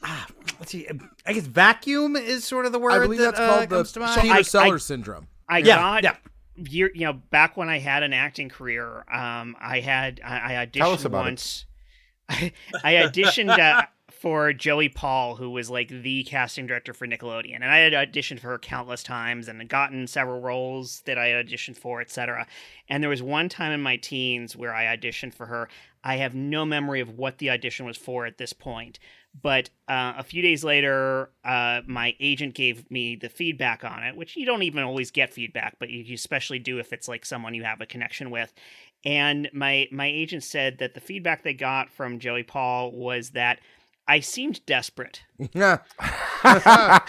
Ah, let's see. I guess vacuum is sort of the word I believe that that's uh, called comes to the mind. Peter I- Sellers syndrome. I Yeah, got yeah. year, you know, back when I had an acting career, um, I had I, I auditioned Tell us about it. once. I, auditioned uh, for Joey Paul, who was like the casting director for Nickelodeon, and I had auditioned for her countless times and had gotten several roles that I had auditioned for, etc. And there was one time in my teens where I auditioned for her. I have no memory of what the audition was for at this point, but uh, a few days later, uh, my agent gave me the feedback on it, which you don't even always get feedback, but you, you especially do if it's like someone you have a connection with. And my my agent said that the feedback they got from Joey Paul was that I seemed desperate. Yeah. Not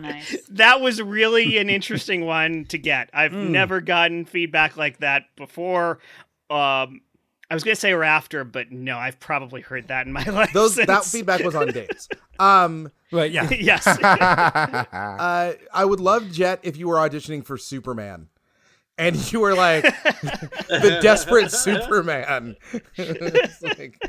nice. That was really an interesting one to get. I've Hmm. never gotten feedback like that before. Um, I was gonna say or after, but no, I've probably heard that in my life. Those that since. feedback was on dates. Um Right? Yeah. yes. uh I would love Jet if you were auditioning for Superman. And you were like the desperate Superman. It's like-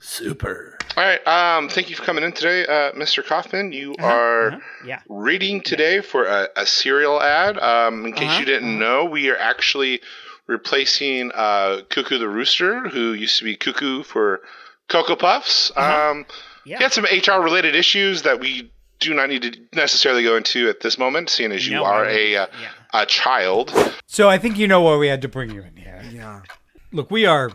Super. All right. Um, thank you for coming in today, uh, Mr. Kaufman. You are Uh-huh. Yeah. reading today for a, a serial ad. Um, in case Uh-huh. you didn't know, we are actually replacing uh, Cuckoo the Rooster, who used to be Cuckoo for Cocoa Puffs. Um, Uh-huh. Yeah. He had some HR related issues that we do not need to necessarily go into at this moment, seeing as you No, are I- a, uh, yeah. a child. So I think you know why we had to bring you in here. yeah. Look, we are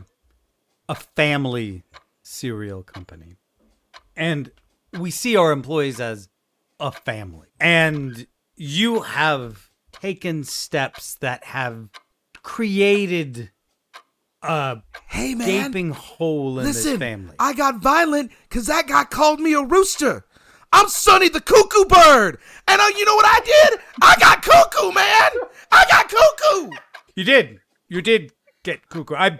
a family cereal company. And we see our employees as a family. And you have taken steps that have created a Hey man. gaping hole in listen, this family. I got violent because that guy called me a rooster. I'm Sonny the Cuckoo Bird. And uh, you know what I did? I got cuckoo, man. I got cuckoo. you did. You did get cuckoo. I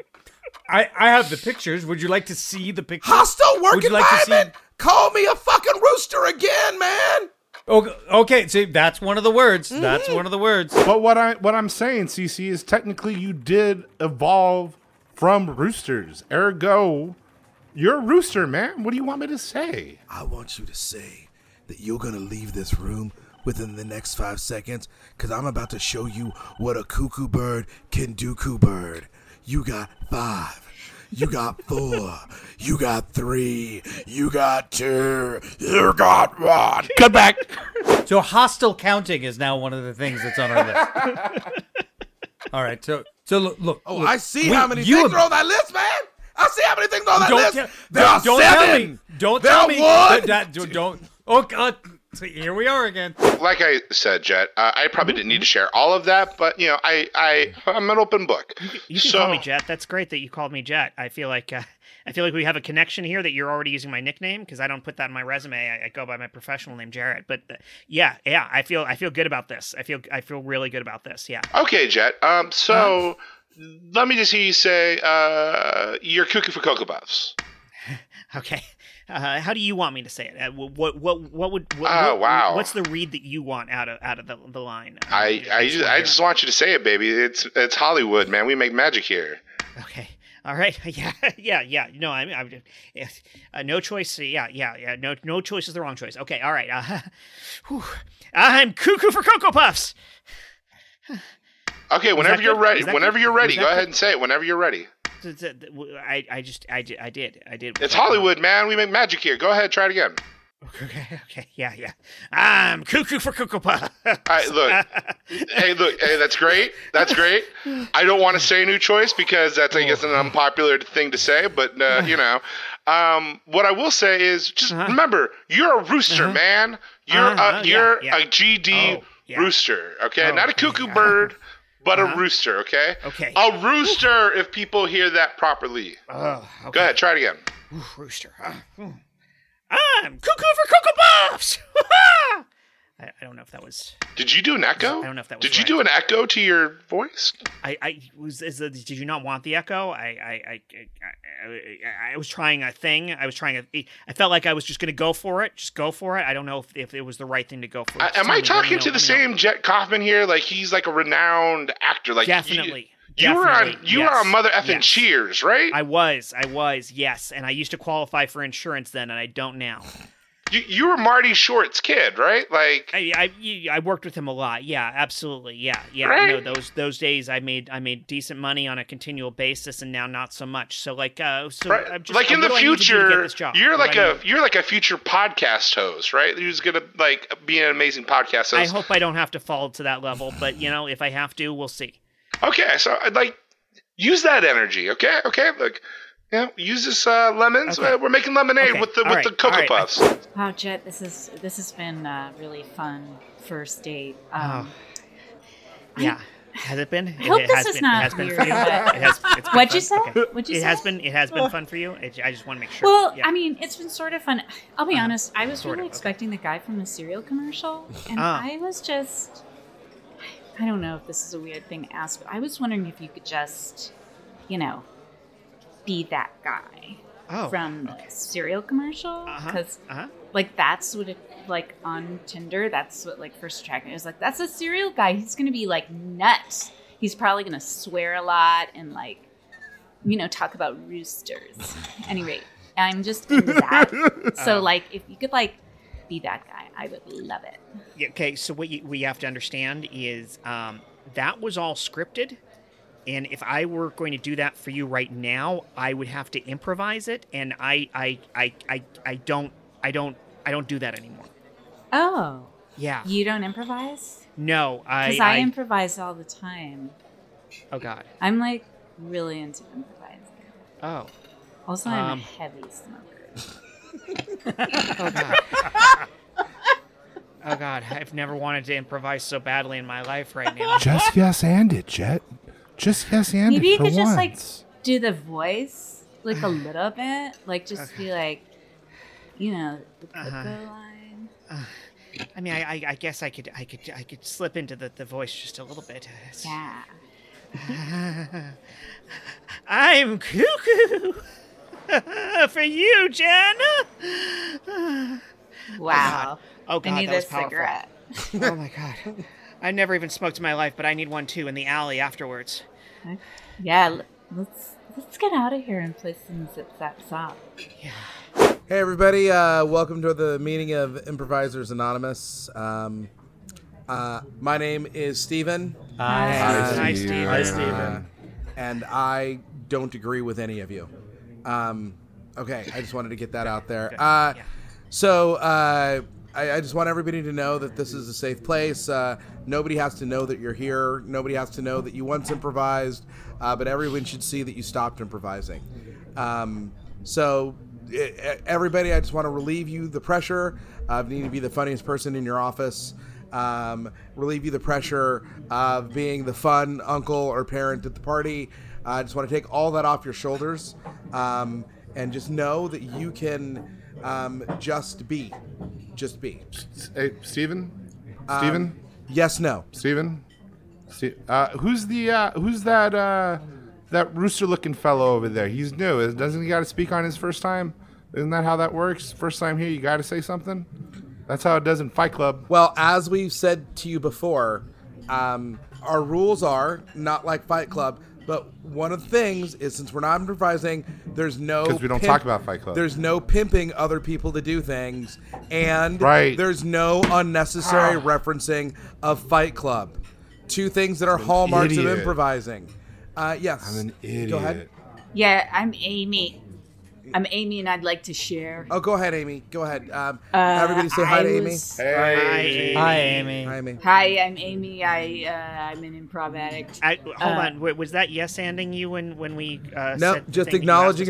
I I have the pictures. Would you like to see the pictures? Hostile work Would you like to see- environment. Call me a fucking rooster again, man. Mm-hmm. Okay, Oh, okay, see that's one of the words. That's one of the words. But what I what I'm saying, CC, is technically you did evolve from roosters. Ergo, you're a rooster, man. What do you want me to say? I want you to say that you're gonna leave this room within the next five seconds, cause I'm about to show you what a cuckoo bird can do. Cuckoo bird, you got five. You got four. You got three. You got two. You got one. Come back. So hostile counting is now one of the things that's on our list. All right, so so look, look Oh, look, I see we- how many you things ab- are on that list, man. I see how many things are on that don't list. tell- there are don't seven. tell me, don't there tell are me one. that, that- don't, don't- Oh God, so here we are again. like I said, Jet, uh, I probably didn't need to share all of that, but you know, I, I I'm an open book. You can call me Jet. That's great that you called me Jet. I feel like uh, I feel like we have a connection here that you're already using my nickname because I don't put that in my resume. I, I go by my professional name, Jarrett. But uh, yeah, yeah, I feel I feel good about this. I feel I feel really good about this. Yeah. Okay, Jet. Um, so let me just hear you say uh, you're cuckoo for cocoa puffs. Okay. Uh, how do you want me to say it? Uh, wh- what what what would? What, Ah, what- wow. What's the read that you want out of out of the, the line? Uh, I I just just, wanna I hear it. just want you to say it, baby. It's it's Hollywood, man. We make magic here. okay. All right. Yeah. Yeah. Yeah. No, I'm. I'm just- yeah. uh, no choice. Yeah. Yeah. Yeah. No. No choice is the wrong choice. Okay. All right. Uh, whew. I'm cuckoo for cocoa puffs. Okay, whenever you're good? ready, Was that whenever good? you're ready, Was that go good? ahead and say it. Whenever you're ready, Th- th- th- w- I. I just. I did. I did. I did. it's Hollywood, man. We make magic here. Go ahead, try it again. Okay. Okay. Yeah. Yeah. I'm cuckoo for cocoa puffs. All right, look. hey, look. Hey, that's great. That's great. I don't want to say new choice because that's, I guess, an unpopular thing to say. But uh, you know, um, what I will say is, just remember, you're a rooster, man. You're Uh-huh, a yeah, you're yeah. a GD Oh, yeah. rooster. Okay, Oh, not a cuckoo yeah. bird, but Uh-huh. a rooster. Okay. Okay. A rooster, if people hear that properly. Oh. Okay. Go ahead, try it again. Ooh, rooster. Ah, mm. I'm cuckoo for cocoa puffs. I, I don't know if that was. Did you do an echo? I don't know if that was Did you right. do an echo to your voice? I, I was. Is the, did you not want the echo? I, I, I, I, I, I was trying a thing. I was trying a. I felt like I was just gonna go for it. Just go for it. I don't know if, if it was the right thing to go for. I, Just am tell I me, let me talking know, to the let me know. same Jet Kaufman here? Like he's like a renowned actor. Like you- Definitely. You, were on Definitely, you were yes, on Mother effing yes. Cheers, right? I was. I was. Yes. And I used to qualify for insurance then, and I don't now. you you were Marty Short's kid, right? Like I, I you- I worked with him a lot. Yeah, absolutely. Yeah, yeah. No, Right. those those days I made I made decent money on a continual basis, and now not so much. So like uh, so right- I'm just, like in what the do I need to do to get future, this job? you're What like do I a need- you're like a future podcast host, right? Who's gonna like be an amazing podcast I host? hope I don't have to fall to that level, but you know, if I have to, we'll see. okay, so I'd like use that energy. Okay, okay, look. Yeah, use this uh, lemons. Okay. Uh, We're making lemonade Okay, with the all with right, the cocoa all right. puffs. Wow, Jet, this is this has been uh, really fun first date. Um, Yeah, has it been? I hope it this has is been, not it has been for weird, you. but- It has, it's been What'd you fun? say? What'd you it say? has been it has been fun for you. It, I just want to make sure. Well, yeah. Uh-huh. I mean, it's been sort of fun. I'll be honest, I was Sort really of, okay. expecting the guy from the cereal commercial, and Ah. I was just. I don't know if this is a weird thing to ask, but I was wondering if you could just, you know, be that guy oh, from the cereal commercial. Uh-huh, Because, uh-huh. like, that's what it, like, on Tinder, that's what, like, first attracted me. It was like, that's a cereal guy. He's going to be, like, nuts. He's probably going to swear a lot and, like, you know, talk about roosters. Any rate, I'm just into that. Uh-huh. so, like, if you could, like, be that guy, I would love it. Yeah, okay, so what you, we have to understand is um, that was all scripted. And if I were going to do that for you right now, I would have to improvise it, and I, I, I, I, I don't, I don't, I don't do that anymore. Oh, Yeah, you don't improvise? no, I, Because I, improvise all the time. Oh God. I'm, like, really into improvising. Oh. Also, I'm Um, a heavy smoker. Oh God. oh God. I've never wanted to improvise so badly in my life right now. Just yes and it, Jet. Just yes and Maybe it you for could just like once. do the voice like a little bit, like just be like, you know, the cocoa Uh-huh. line. I mean, I, I, I guess I could, I could, I could slip into the, the voice just a little bit. It's- Yeah. I'm cuckoo for you, Jen. oh Wow. God, I need that was a powerful. cigarette. oh my God, I never even smoked in my life, but I need one too in the alley afterwards. Yeah. l- Let's let's get out of here and play some zip zap zop. Hey everybody, uh, welcome to the meeting of Improvisers Anonymous. Um, uh, my name is Steven, Hi, Hi, Steven. Hi, Steven. uh, and I don't agree with any of you. Um, okay, I just wanted to get that out there. Uh, so uh, I, I just want everybody to know that this is a safe place. Uh, nobody has to know that you're here. Nobody has to know that you once improvised, uh, but everyone should see that you stopped improvising. Um, so e- e- everybody, I just want to relieve you the pressure of needing to be the funniest person in your office. Um, relieve you the pressure of being the fun uncle or parent at the party. Uh, I just want to take all that off your shoulders, um, and just know that you can um, just be, just be. Hey, Steven? Steven? Yes, no. Steven? Um, Ste- uh, who's the uh, who's that uh, that rooster looking fellow over there? He's new. Is- Doesn't he got to speak on his first time? Isn't that how that works? First time here, you got to say something. That's how it does in Fight Club. Well, as we've said to you before, um, our rules are not like Fight Club. But one of the things is since we're not improvising, there's no 'Cause we don't talk about Fight Club. There's no pimping other people to do things, and Right. Ah. there's no unnecessary referencing of Fight Club. Two things that are hallmarks idiot. of improvising. Uh, yes. I'm an idiot. Go ahead. Yeah, I'm Amy. I'm Amy, and I'd like to share. Oh, go ahead, Amy. Go ahead. Um, Uh, everybody say hi I to Amy. was- Hey. Hi, Amy. Hi, Amy. Hi, I'm Amy. I uh, I'm an improv addict. I, hold Uh, Um, on. Wait, was that yes anding you when when we? Uh, No, said the thing just that you acknowledging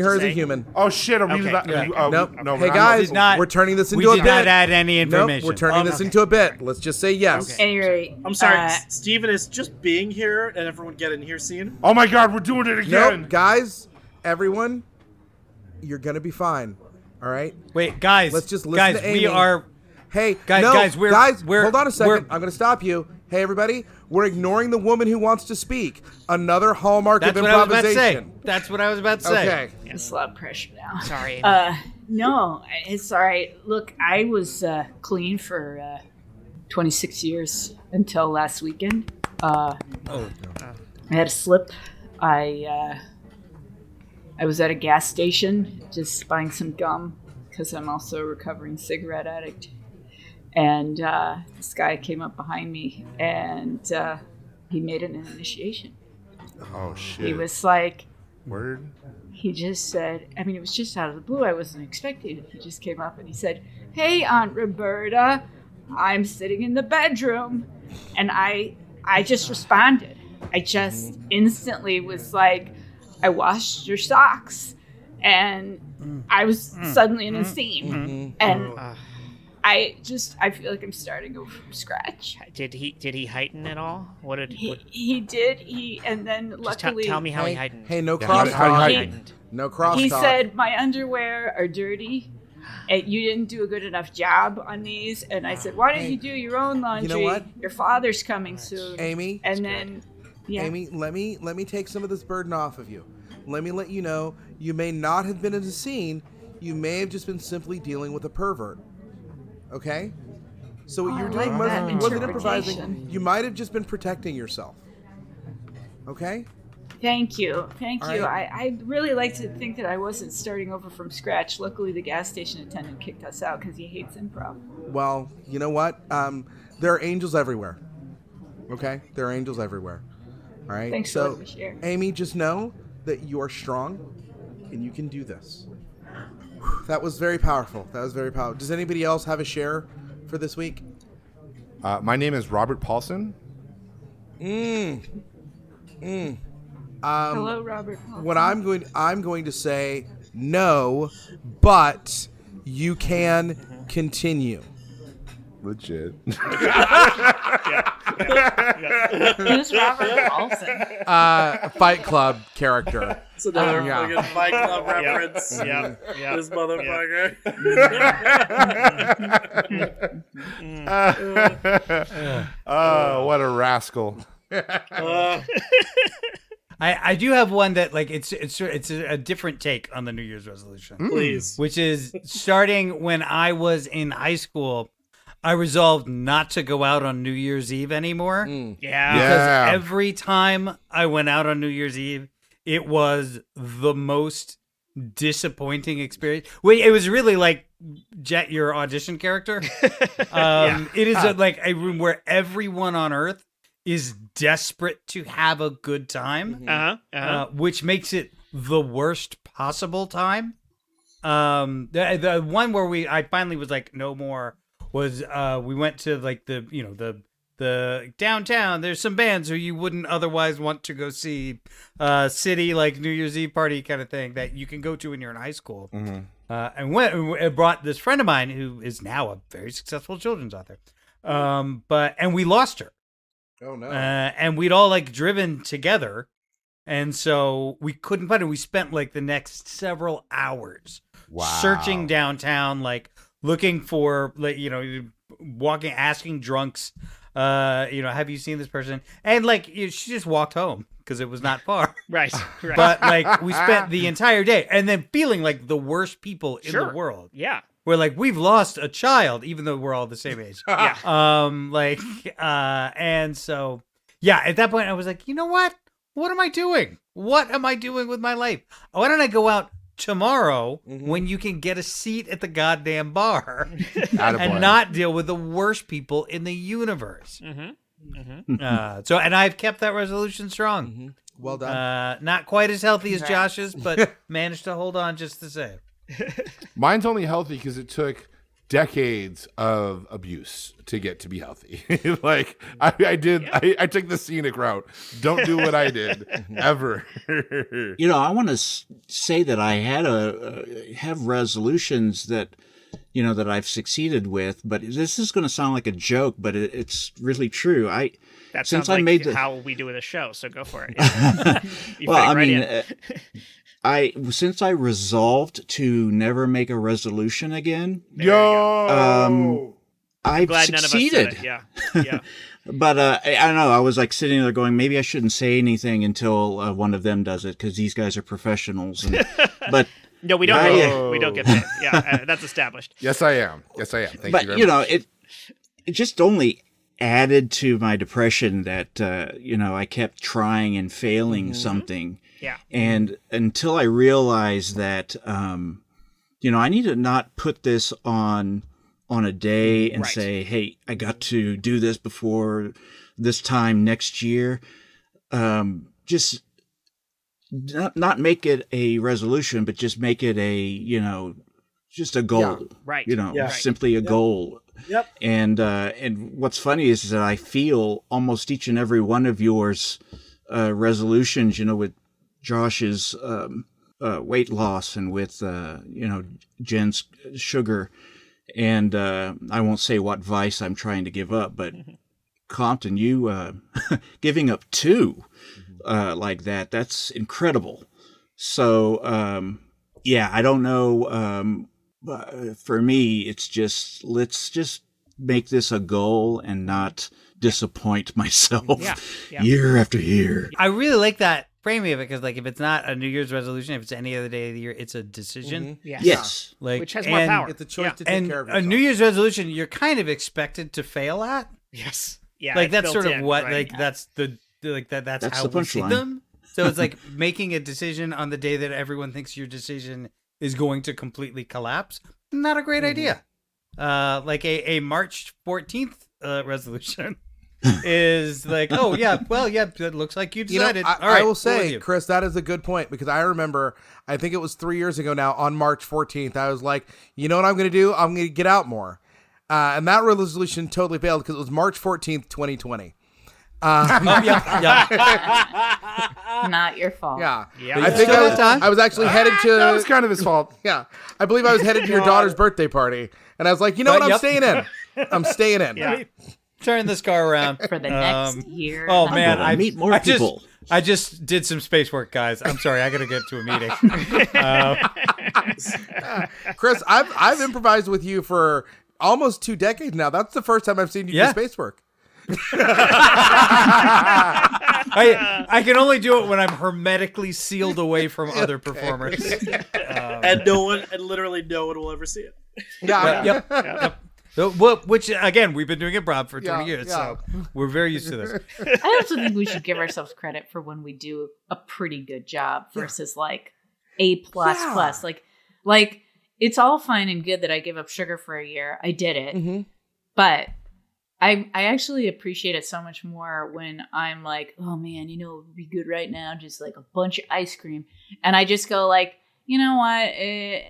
asked us to her as a say? human. Oh shit! Are we? Okay, not- yeah. oh, Nope. no, hey we're guys, Did not- we're turning this We into a did bit. not add any information. nope, we're turning Oh, this okay. into a bit. Let's just say yes. Okay. Anyway, I'm sorry, uh, S- Steven is just being here and everyone get in here scene. Oh my god, we're doing it again. Nope, guys, everyone, you're gonna be fine. All right. Wait, guys. Let's just listen to guys. We Amy. are. Hey, Guys- no, guys, we're- guys, we're- hold on a 2nd we're- I'm gonna stop you. Hey, everybody, we're ignoring the woman who wants to speak. Another hallmark That's of what I was about to say. improvisation. That's what I was about to say. Okay. it's a lot of pressure now. Sorry. Uh, no, it's all right. Look, I was uh, clean for uh, 26 years until last weekend. Uh, Oh, I had a slip. I uh, I was at a gas station just buying some gum because I'm also a recovering cigarette addict. And uh, this guy came up behind me and uh, he made an initiation. Oh shit. He was like, Word. he just said, I mean, it was just out of the blue. I wasn't expecting it. He just came up and he said, Hey, Aunt Roberta, I'm sitting in the bedroom. And I, I just responded. I just instantly was like, I washed your socks. And I was Mm. suddenly in Mm-hmm. a Mm-hmm. Mm-hmm. scene. And Uh, I just, I feel like I'm starting over from scratch. did he did he heighten at all? What did He, what, he did. He, and then just tell- luckily. tell me how he Hey, heightened? hey, no Yeah, cross how- how talk. you heightened. No cross He talk. said, "My underwear are dirty. And you didn't do a good enough job on these." And I said, "Why don't Hey, you do your own laundry? what? Your father's coming soon." Amy, and then, yeah, Amy, let me let me take some of this burden off of you. Let me let you know you may not have been in the scene. You may have just been simply dealing with a pervert. Okay? So what you were Oh, I doing like that wasn't, wasn't improvising. interpretation. You might have just been protecting yourself. Okay? thank you, thank All you. right. I I really like to think that I wasn't starting over from scratch. Luckily, the gas station attendant kicked us out because he hates improv. Well, you know what? Um, there are angels everywhere. Okay? There are angels everywhere. All right? Thanks for so, letting me share. Amy, just know that you are strong and you can do this. Whew, That was very powerful. That was very powerful. Does anybody else have a share for this week? Uh, my name is Robert Paulson. Mm. Hello, Robert. Paul. Um, What I'm going I'm going to say no, but you can continue. Legit. Who's Robert Paulson? Uh, Fight Club character. It's another yeah. fucking Fight Club reference. Yep. Yep. This motherfucker. oh, what a rascal. Uh, I, I do have one that like it's it's it's a a different take on the New Year's resolution. please. which is starting when I was in high school, I resolved not to go out on New Year's Eve anymore. Yeah. Yeah. Because every time I went out on New Year's Eve, it was the most disappointing experience. Wait, it was really like Jet, your audition character. um, It is a, like a room where everyone on earth is desperate to have a good time Uh-huh. Uh-huh. uh, which makes it the worst possible time. Um, the, the one where we I finally was like, no more was uh, we went to like the you know the the downtown. There's some bands who you wouldn't otherwise want to go see, uh, city like New Year's Eve party kind of thing that you can go to when you're in high school. Uh, and went and brought this friend of mine who is now a very successful children's author. Um, but and we lost her Oh no. uh, and we'd all like driven together, and so we couldn't find it. We spent like the next several hours searching downtown, like looking for, like you know, walking, asking drunks, uh, you know, have you seen this person? And like you she just walked home because it was not far. Right. Right. But like we spent the entire day, and then feeling like the worst people in Sure. the world. yeah. We're like we've lost a child, even though we're all the same age Yeah. um like uh and so yeah at that point i was like you know what what am I doing? What am I doing with my life? Why don't I go out tomorrow Mhm. when you can get a seat at the goddamn bar Attaboy. and not deal with the worst people in the universe? Mm-hmm. Mm-hmm. Hmm. Uh, so, and I've kept that resolution strong. Well done. Uh, not quite as healthy as Josh's, but managed to hold on just the same. Mine's only healthy because it took decades of abuse to get to be healthy. like I, I did, I, I took the scenic route. Don't do what I did ever. you know, I want to s- say that I had a uh, have resolutions that you know that I've succeeded with, but this is going to sound like a joke, but it, it's really true. I That Since sounds I like made the- how we do with a show. So go for it. Yeah. You fit well, I right in. mean, uh, I since I resolved to never make a resolution again, Yo, Um, I've Oh! glad none of us said succeeded. it. Yeah, yeah. But uh, I, I don't know. I was like sitting there going, maybe I shouldn't say anything until uh, one of them does it because these guys are professionals. And, but uh, No, we don't. Not get yet. paid. We don't get paid. Yeah, uh, that's established. yes, I am. Yes, I am. Thank but you. you, Very know, much. it it just only added to my depression that uh, you know I kept trying and failing Mm-hmm. something. Yeah. And until I realized that, um, you know, I need to not put this on on a day and Right. say, "Hey, I got to do this before this time next year." Um, just not not make it a resolution, but just make it a you know just a goal. Right. You know, Yeah. simply a goal. Yep. And uh, and what's funny is that I feel almost each and every one of yours uh, resolutions. You know, with Josh's um, uh, weight loss and with uh, you know Jen's sugar, and uh, I won't say what vice I'm trying to give up, but Compton, you uh, giving up two Mm-hmm. uh, like that. That's incredible. So, um, yeah, I don't know. Um, but for me, it's just let's just make this a goal and not disappoint myself Yeah, yeah. year after year. I really like that framing of it because, like, if it's not a New Year's resolution, if it's any other day of the year, it's a decision. Yeah. Yes. Like, Which has more and- power. Mm-hmm. it's a choice Yeah. to take And care of a yourself. New Year's resolution, you're kind of expected to fail at. Yes. Yeah. like it's that's built sort of in, what right? like that's the like that that's, That's how the we see punchline. them. So it's like making a decision on the day that everyone thinks your decision is going to completely collapse. Not a great Mm-hmm. idea. Uh, like a a March fourteenth uh, resolution is like, oh yeah, well yeah, it looks like you You know, decided. I, All right, I we're will with say, you. Chris, that is a good point because I remember, I think it was three years ago now, on March 14th, I was like, you know what I'm going to do? I'm going to get out more. Uh, and that resolution totally failed because it was March 14th, 2020. Um, Oh, yeah, yeah. Not your fault. Yeah. Yeah. I think still I was, got time? Ah, I was actually headed to. that was kind of his fault. yeah. I believe I was headed to your daughter's birthday party. And I was like, you know Right, what? I'm Uh, staying yep. in. I'm staying in. Yeah. Turn this car around For the Um, next year. Oh man, gonna I meet more I just- people. I just did some space work, guys. I'm sorry, I gotta get to a meeting. Uh, Chris, I've, I've improvised with you for almost two decades now. That's the first time I've seen you Yeah. do space work. I I can only do it when I'm hermetically sealed away from other performers. Um, and no one, and literally no one will ever see it. Yeah. Yep. yep. So, well, which again, we've been doing improv for 20 Yeah, years, yeah. so we're very used to this. I also think we should give ourselves credit for when we do a pretty good job versus like a plus Yeah. plus. Like like it's all fine and good that I give up sugar for a year. I did it. Mm-hmm. But I I actually appreciate it so much more when I'm like, oh man, you know, it would be good right now, just like a bunch of ice cream, and I just go like, you know what, eh,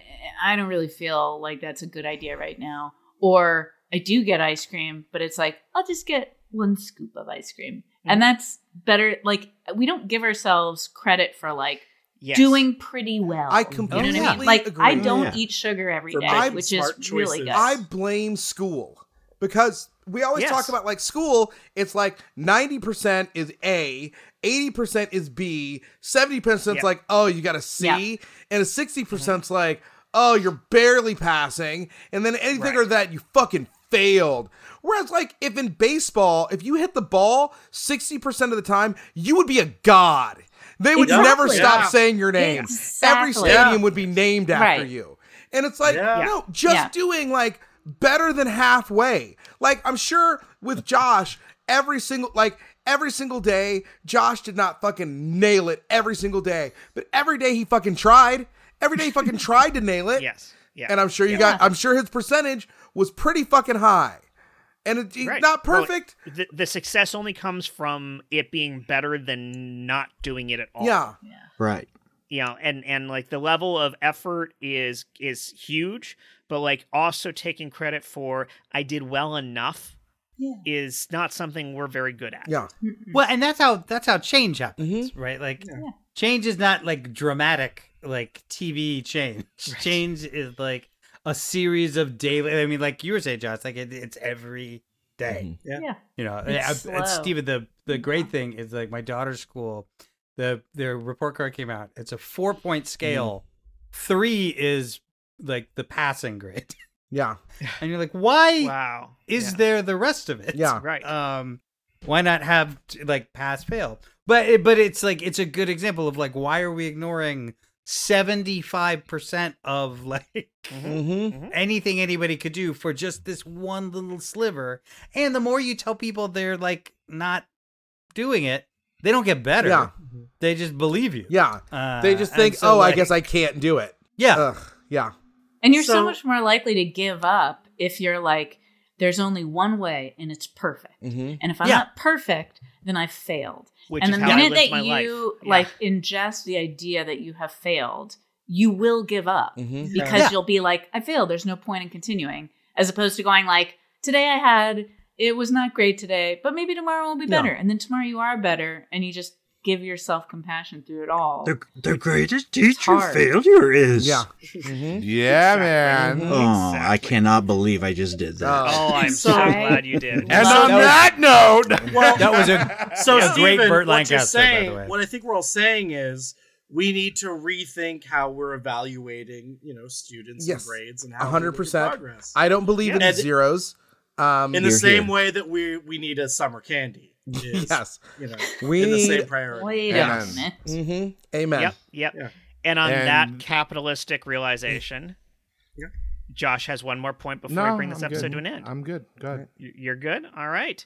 I don't really feel like that's a good idea right now, or I do get ice cream, but it's like I'll just get one scoop of ice cream, and that's better. Like we don't give ourselves credit for like Yes. doing pretty well. I Oh, you know what I mean? completely Like I agree. don't Yeah. eat sugar every For day, making which is smart really choices. good. I blame school because we always Yes. talk about like school, it's like 90% is A, 80% is B, 70% is Yeah. like, oh, you got a C, Yeah. Mm-hmm. and a 60% is like, oh, you're barely passing. And then anything Right. or that, you fucking failed. Whereas, like, if in baseball, if you hit the ball 60% of the time, you would be a god. They would never Exactly. stop Yeah. saying your name. Every Exactly. stadium would be named after Right. you. And it's like, Yeah. no, just Yeah. doing like better than halfway. Like I'm sure with Josh, every single like every single day, Josh did not fucking nail it every single day, but every day he fucking tried. Every day he fucking tried to nail it. Yes. Yeah. And I'm sure you got I'm sure his percentage was pretty fucking high. And it, it- Right. not Well, perfect. the, the success only comes from it being better than not doing it at all. yeah. Right. you know and and like the level of effort is is huge but like also taking credit for i did well enough Yeah. is not something we're very good at Yeah. Well, and that's how that's how change happens, right? Like change is not like dramatic like TV change. Change is like a series of daily. I mean, like you were saying, Josh, like it, it's every day. Yeah. Yeah. You know, It's I- I- it's slow. Steven. The Mm-hmm. the great thing is like my daughter's school. The their report card came out. It's a four point scale. Three is like the passing grade, Yeah. and you're like, why wow is Yeah. there the rest of it? Yeah. Right. Um, why not have t- like pass fail? But it, but it's like it's a good example of like why are we ignoring seventy five percent of like Mm-hmm. anything anybody could do for just this one little sliver? And the more you tell people they're like not doing it, they don't get better. Yeah. Mm-hmm. They just believe you. Yeah. Uh, They just and think, so, "Oh, like- I guess I can't do it." yeah. Ugh. Yeah. And you're so, So- much more likely to give up if you're like, there's only one way and it's perfect. Mhm. And if I'm Yeah. not perfect, then I failed. which and is the how i minute lived that my you life Yeah. like ingest the idea that you have failed, you will give up Mm-hmm. Mm-hmm. Mhm. because Yeah. you'll be like, I failed. There's no point in continuing. As opposed to going like, today I had, it was not great today, but maybe tomorrow will be Yeah. better. And then tomorrow you are better. And you just give yourself compassion through it all. The, the greatest teacher hard. failure is. Yeah. Mm-hmm. Mm-hmm. Yeah, man. Oh, I cannot believe I just did that. Uh, oh i'm so, So- glad you did And Well, on that that note, Well, That was a so Yeah, great Steven, what Burt you're Lancaster, by the saying, way. what I think we're all saying is we need to rethink how we're evaluating, you know, students Yes. and grades and how A we hundred look at percent. progress. I don't believe Yeah. in And- zeros. Um, in the You're same here. way that we we need a summer candy. is, yes. you know, We in the same need. priority. Wait a Yeah. minute. hmm Amen. yep yep Yeah. and on that And- capitalistic realization Yeah. josh has one more point before no, we bring this I'm episode good. to an end I'm good. Go ahead. You- you're good all right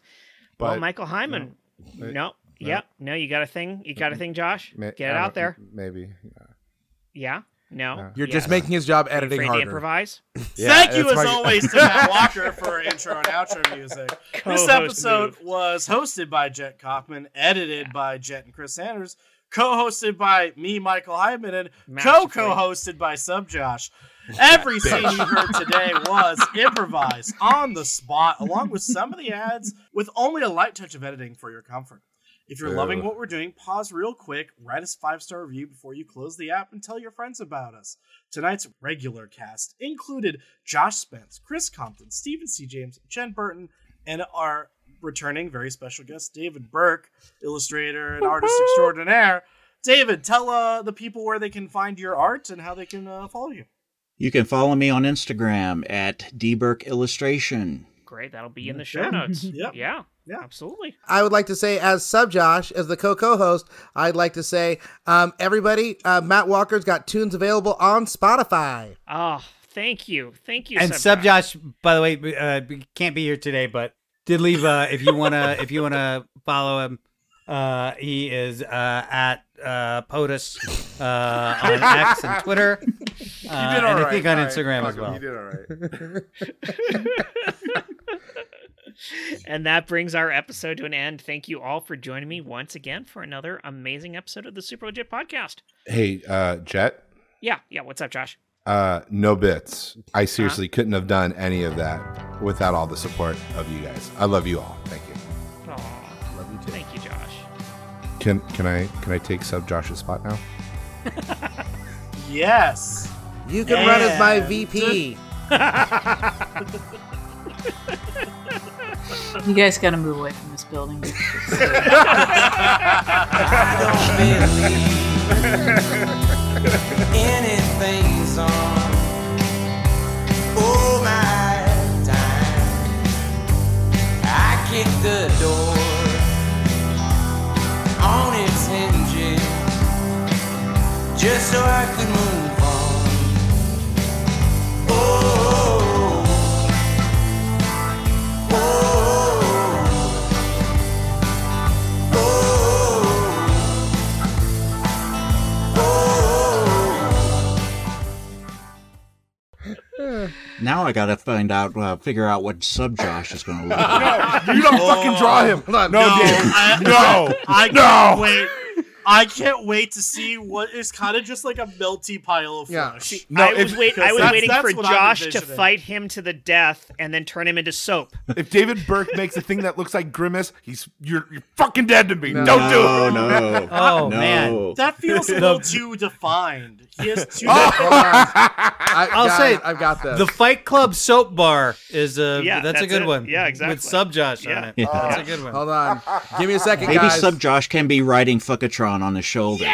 well But- michael hyman no, Wait. yep no you got a thing you got a thing josh Ma- uh, get it I out don't- there Maybe. yeah no You're Yes. just making his job editing Afraid to harder. improvise. Yeah, Thank you, that's as my- always, to Matt Walker for intro and outro music. This Co-host episode move. was hosted by Jet Kaufman, edited by Jet and Chris Sanders, co-hosted by me, Michael Hyman, and Masterfully. co-co-hosted by Sub Josh. Every scene you heard today was improvised on the spot, along with some of the ads, with only a light touch of editing for your comfort. If you're loving Boo. what we're doing, pause real quick, write us a five star review before you close the app, and tell your friends about us. Tonight's regular cast included Josh Spence, Chris Compton, Stephen C. James, Jen Burton, and our returning very special guest, David Burke, illustrator and artist extraordinaire. David, tell uh, the people where they can find your art and how they can uh, follow you. You can follow me on Instagram at dburke illustration. Great, that'll be in Mm-hmm. the show notes. Yep. Yeah, Yeah. absolutely. I would like to say, as sub Josh, as the co co host, I'd like to say, um, everybody, uh, Matt Walker's got tunes available on Spotify. Oh, thank you, thank you. and Sub sub Josh, by the way, uh, can't be here today, but did leave. Uh, if you wanna, if you wanna follow him, uh, he is uh, at uh, POTUS uh, on X and Twitter, uh, You did all and I right. think on All right. Instagram Fuck as him, well. You did all right. and that brings our episode to an end. Thank you all for joining me once again for another amazing episode of the Super Legit Podcast. Hey, uh, Jet. Yeah, yeah. What's up, Josh? Uh, no bits. I seriously couldn't have done any of that without all the support of you guys. I love you all. Thank you. Oh, Love you thank you, Josh. Can can I can I take sub Josh's spot now? Yes. You can run as my Yeah. VP. You guys got to move away from this building. anything's on. Oh my time. I kick the door on its hinges just so I could move on. Oh, now I gotta find out, uh, figure out what sub Josh is gonna look like. Oh. You don't fucking draw him. No, Dan. I, No. I can't No. wait. I can't wait to see what is kind of just like a melty pile of Yeah. flesh. No, I was if- wait. I was that's- waiting that's for what I'm Josh to envisioning. fight him to the death and then turn him into soap. If David Burke makes a thing that looks like Grimace, he's you're, you're fucking dead to me. No. Don't do No, it. no. Oh no. man. That feels a little too defined. He has too. Oh! Hold on. I, I'll guys, say- I've got this. The Fight Club soap bar is a Yeah, that's, a that's good it. one. Yeah, exactly. With sub Josh on Yeah. it. That's a good one. Uh, Hold on. Give me a second, Maybe guys. sub Josh can be riding Fuckatron on his shoulder.